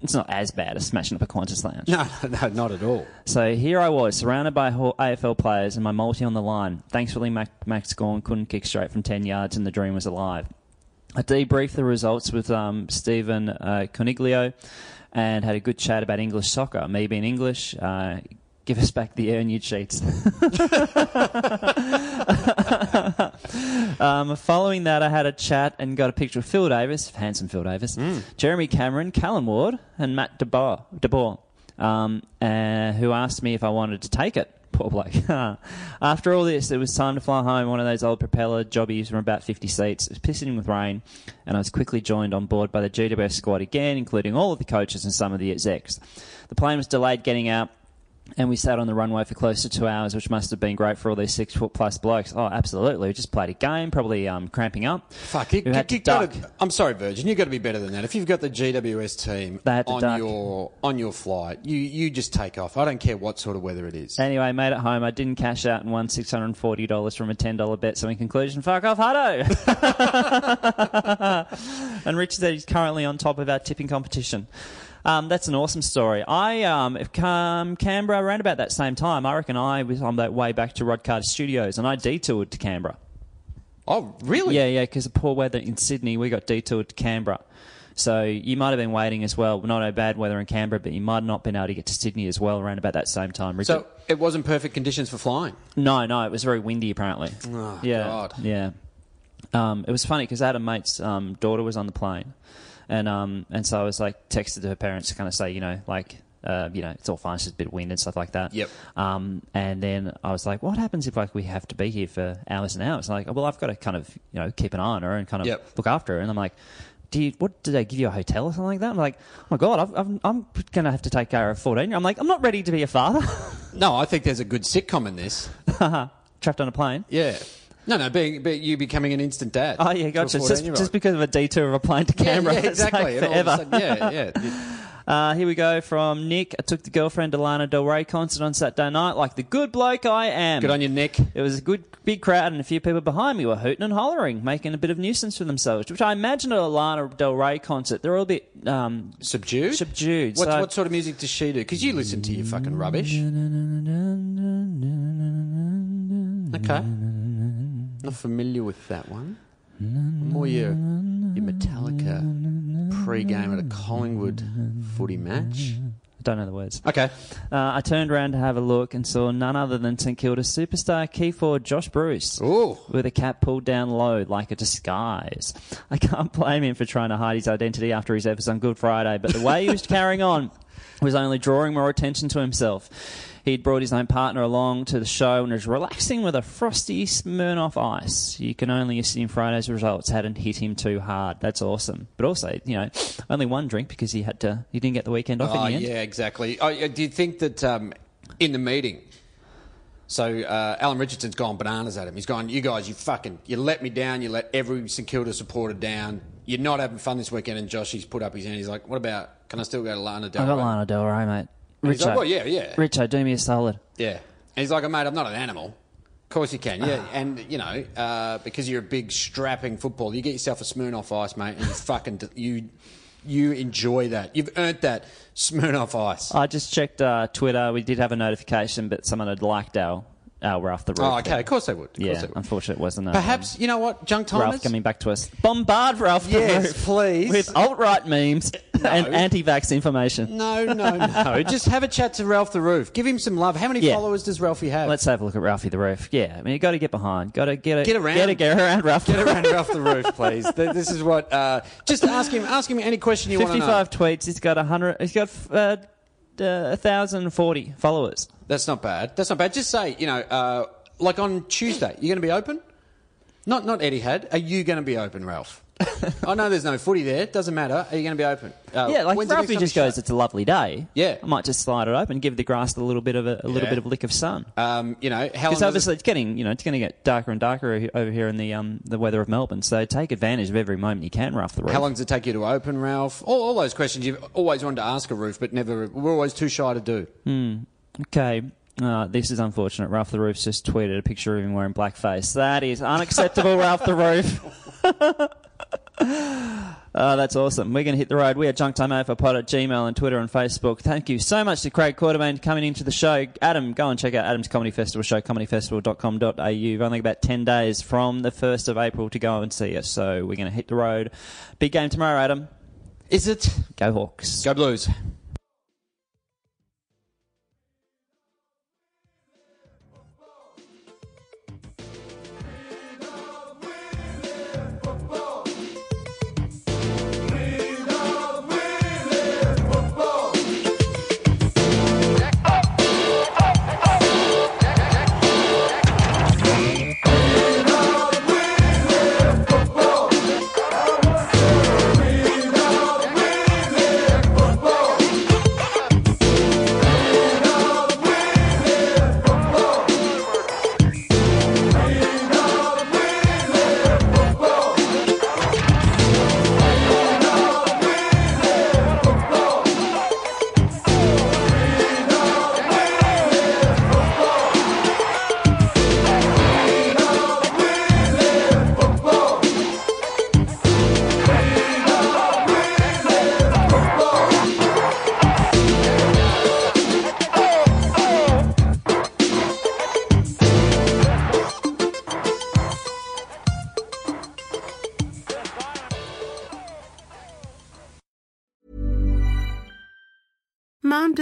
S1: it's not as bad as smashing up a Qantas lounge.
S2: No, no, not at all.
S1: So here I was, surrounded by ho- AFL players and my multi on the line. Thankfully, Mac- Max Gorn couldn't kick straight from 10 yards and the dream was alive. I debriefed the results with um, Stephen uh, Coniglio and had a good chat about English soccer. Me being English, uh, give us back the air nude sheets. Um, following that, I had a chat and got a picture of Phil Davis, handsome Phil Davis, Jeremy Cameron, Callan Ward, and Matt DeBoer, DeBoer um, uh, who asked me if I wanted to take it. Poor bloke. After all this, it was time to fly home. One of those old propeller jobbies from about 50 seats. It was pissing with rain, and I was quickly joined on board by the GWS squad again, including all of the coaches and some of the execs. The plane was delayed getting out. And we sat on the runway for close to two hours, which must have been great for all these six foot plus blokes. Oh, absolutely. We just played a game, probably um, cramping up.
S2: Fuck, you,
S1: Who had to
S2: you gotta-
S1: duck.
S2: I'm sorry, Virgin. You've got to be better than that. If you've got the GWS team
S1: They had to
S2: on
S1: duck.
S2: your on your flight, you you just take off. I don't care what sort of weather it is.
S1: Anyway, made it home. I didn't cash out and won six hundred and forty dollars from a ten dollar bet. So in conclusion, fuck off, Hutto. and Richard said he's currently on top of our tipping competition. Um, that's an awesome story. I um, if um, Canberra around about that same time, I reckon I was on that way back to Rod Carter Studios, and I detoured to Canberra.
S2: Oh, really?
S1: Yeah, yeah, because of poor weather in Sydney, we got detoured to Canberra. So you might have been waiting as well. Not a bad weather in Canberra, but you might not been able to get to Sydney as well around about that same time. Richard.
S2: So it wasn't perfect conditions for flying.
S1: No, no, it was very windy apparently.
S2: Oh,
S1: yeah,
S2: God.
S1: yeah. Um, it was funny because I had a mate's um, daughter was on the plane, and um, and so I was like texted her parents to kind of say, you know, like. Uh, you know, it's all fine. It's just a bit of wind and stuff like that.
S2: Yep.
S1: Um, and then I was like, "What happens if like we have to be here for hours and hours?" like, well, I've got to kind of you know keep an eye on her and kind of
S2: Yep.
S1: look after her. And I'm like, "Do you? What did they give you a hotel or something like that?" I'm like, "Oh my god, I've, I've, I'm gonna have to take care of 14." I'm like, "I'm not ready to be a father,
S2: No, I think there's a good sitcom in this.
S1: trapped on a plane."
S2: Yeah. No, no, being, but you becoming an instant dad.
S1: Oh yeah,
S2: to a
S1: gotcha. It's Just,
S2: 14-year-old.
S1: just because of a detour of a plane to
S2: yeah,
S1: Canberra,
S2: yeah,
S1: It's like
S2: exactly. And all of
S1: forever.
S2: a sudden- yeah, yeah.
S1: Uh, here we go from Nick. I took the girlfriend to Lana Del Rey concert on Saturday night, like the good bloke I am.
S2: Good on you, Nick.
S1: It was a good big crowd, and a few people behind me were hooting and hollering, making a bit of nuisance for themselves. Which I imagine at a Lana Del Rey concert, they're all a bit um,
S2: Subdued.
S1: subdued.
S2: What,
S1: so-
S2: what sort of music does she do? Because you listen to your fucking rubbish. Okay. Not familiar with that one. More your, your Metallica pre-game at a Collingwood footy match.
S1: I don't know the words.
S2: Okay.
S1: Uh, I turned around to have a look and saw none other than St Kilda superstar key forward Josh Bruce.
S2: Ooh.
S1: With a cap pulled down low like a disguise. I can't blame him for trying to hide his identity after his efforts on Good Friday, but the way he was carrying on was only drawing more attention to himself. He'd brought his own partner along to the show and was relaxing with a frosty Smirnoff ice. You can only assume Friday's results hadn't hit him too hard. That's awesome. But also, you know, only one drink because he had to, he didn't get the weekend off
S2: Oh,
S1: in the end.
S2: yeah, exactly. Oh, yeah, do you think that um, in the meeting, so uh, Alan Richardson's gone bananas at him. He's gone, you guys, you fucking, you let me down. You let every St Kilda supporter down. You're not having fun this weekend. And Josh, he's put up his hand. He's like, what about, can I still go to Lana Del
S1: I got
S2: Rey?
S1: Lana Del Rey, mate.
S2: He's
S1: Richo,
S2: like, well, Oh, yeah, yeah.
S1: Richo, do me a solid.
S2: Yeah. And he's like, oh, mate, I'm not an animal. Of course you can, yeah. And, you know, uh, because you're a big, strapping footballer, you get yourself a Smirnoff Ice, mate, and you fucking, d- you, you enjoy that. You've earned that Smirnoff Ice.
S1: I just checked uh, Twitter. We did have a notification, but someone had liked our our Ralph the Roof.
S2: Oh, okay. Of course they would. Of course
S1: Yeah,
S2: they would.
S1: unfortunately, it wasn't. uh,
S2: Perhaps you know what, junk
S1: um,
S2: timers.
S1: Ralph coming back to us. Bombard Ralph
S2: Yes,
S1: the Roof,
S2: please.
S1: with alt right memes and
S2: No.
S1: anti-vax information.
S2: no, no, no. Just have a chat to Ralph the Roof. Give him some love. How many
S1: Yeah.
S2: followers does Ralphie have?
S1: Let's have a look at Ralphie the Roof. Yeah, I mean, you got to get behind. Got to get a,
S2: Get around.
S1: Get, a, get around Ralph.
S2: get around Ralph the Roof, please. Th- This is what. Uh, just ask him. Ask him any question you want to know.
S1: Fifty-five tweets. He's got hundred. He's got uh, uh, thousand forty followers.
S2: That's not bad. That's not bad. Just say you know, uh, like on Tuesday, you're going to be open. Not not Eddie had. Are you going to be open, Ralph? I know there's no footy there. Doesn't matter. Are you going to be open? Uh,
S1: Yeah, like
S2: when's the next
S1: Ralphie
S2: time
S1: just
S2: you
S1: goes,
S2: shut?
S1: "It's a lovely day."
S2: Yeah.
S1: I might just slide it open, give the grass a little bit of a, a little
S2: Yeah.
S1: bit of a lick of sun.
S2: Um, you know, how long
S1: Because
S2: does it-
S1: obviously it's getting, you know, it's going to get darker and darker o- over here in the um the weather of Melbourne. So take advantage of every moment you can, Ralph the Roof.
S2: How long does it take you to open, Ralph? All, all those questions you've always wanted to ask a roof, but never. We're always too shy to do.
S1: Okay. Uh, this is unfortunate. Ralph the Roof's just tweeted a picture of him wearing blackface. That is unacceptable, Ralph the Roof. Uh, that's awesome. We're going to hit the road. We are Junk Time AFL Pod at Gmail and Twitter and Facebook. Thank you so much to Craig Quartermain coming into the show. Adam, go and check out Adam's Comedy Festival show, comedyfestival.com.au. We've only got about 10 days from the 1st of April to go and see us. So we're going to hit the road. Big game tomorrow, Adam.
S2: Is it?
S1: Go Hawks.
S2: Go Blues.
S4: Football.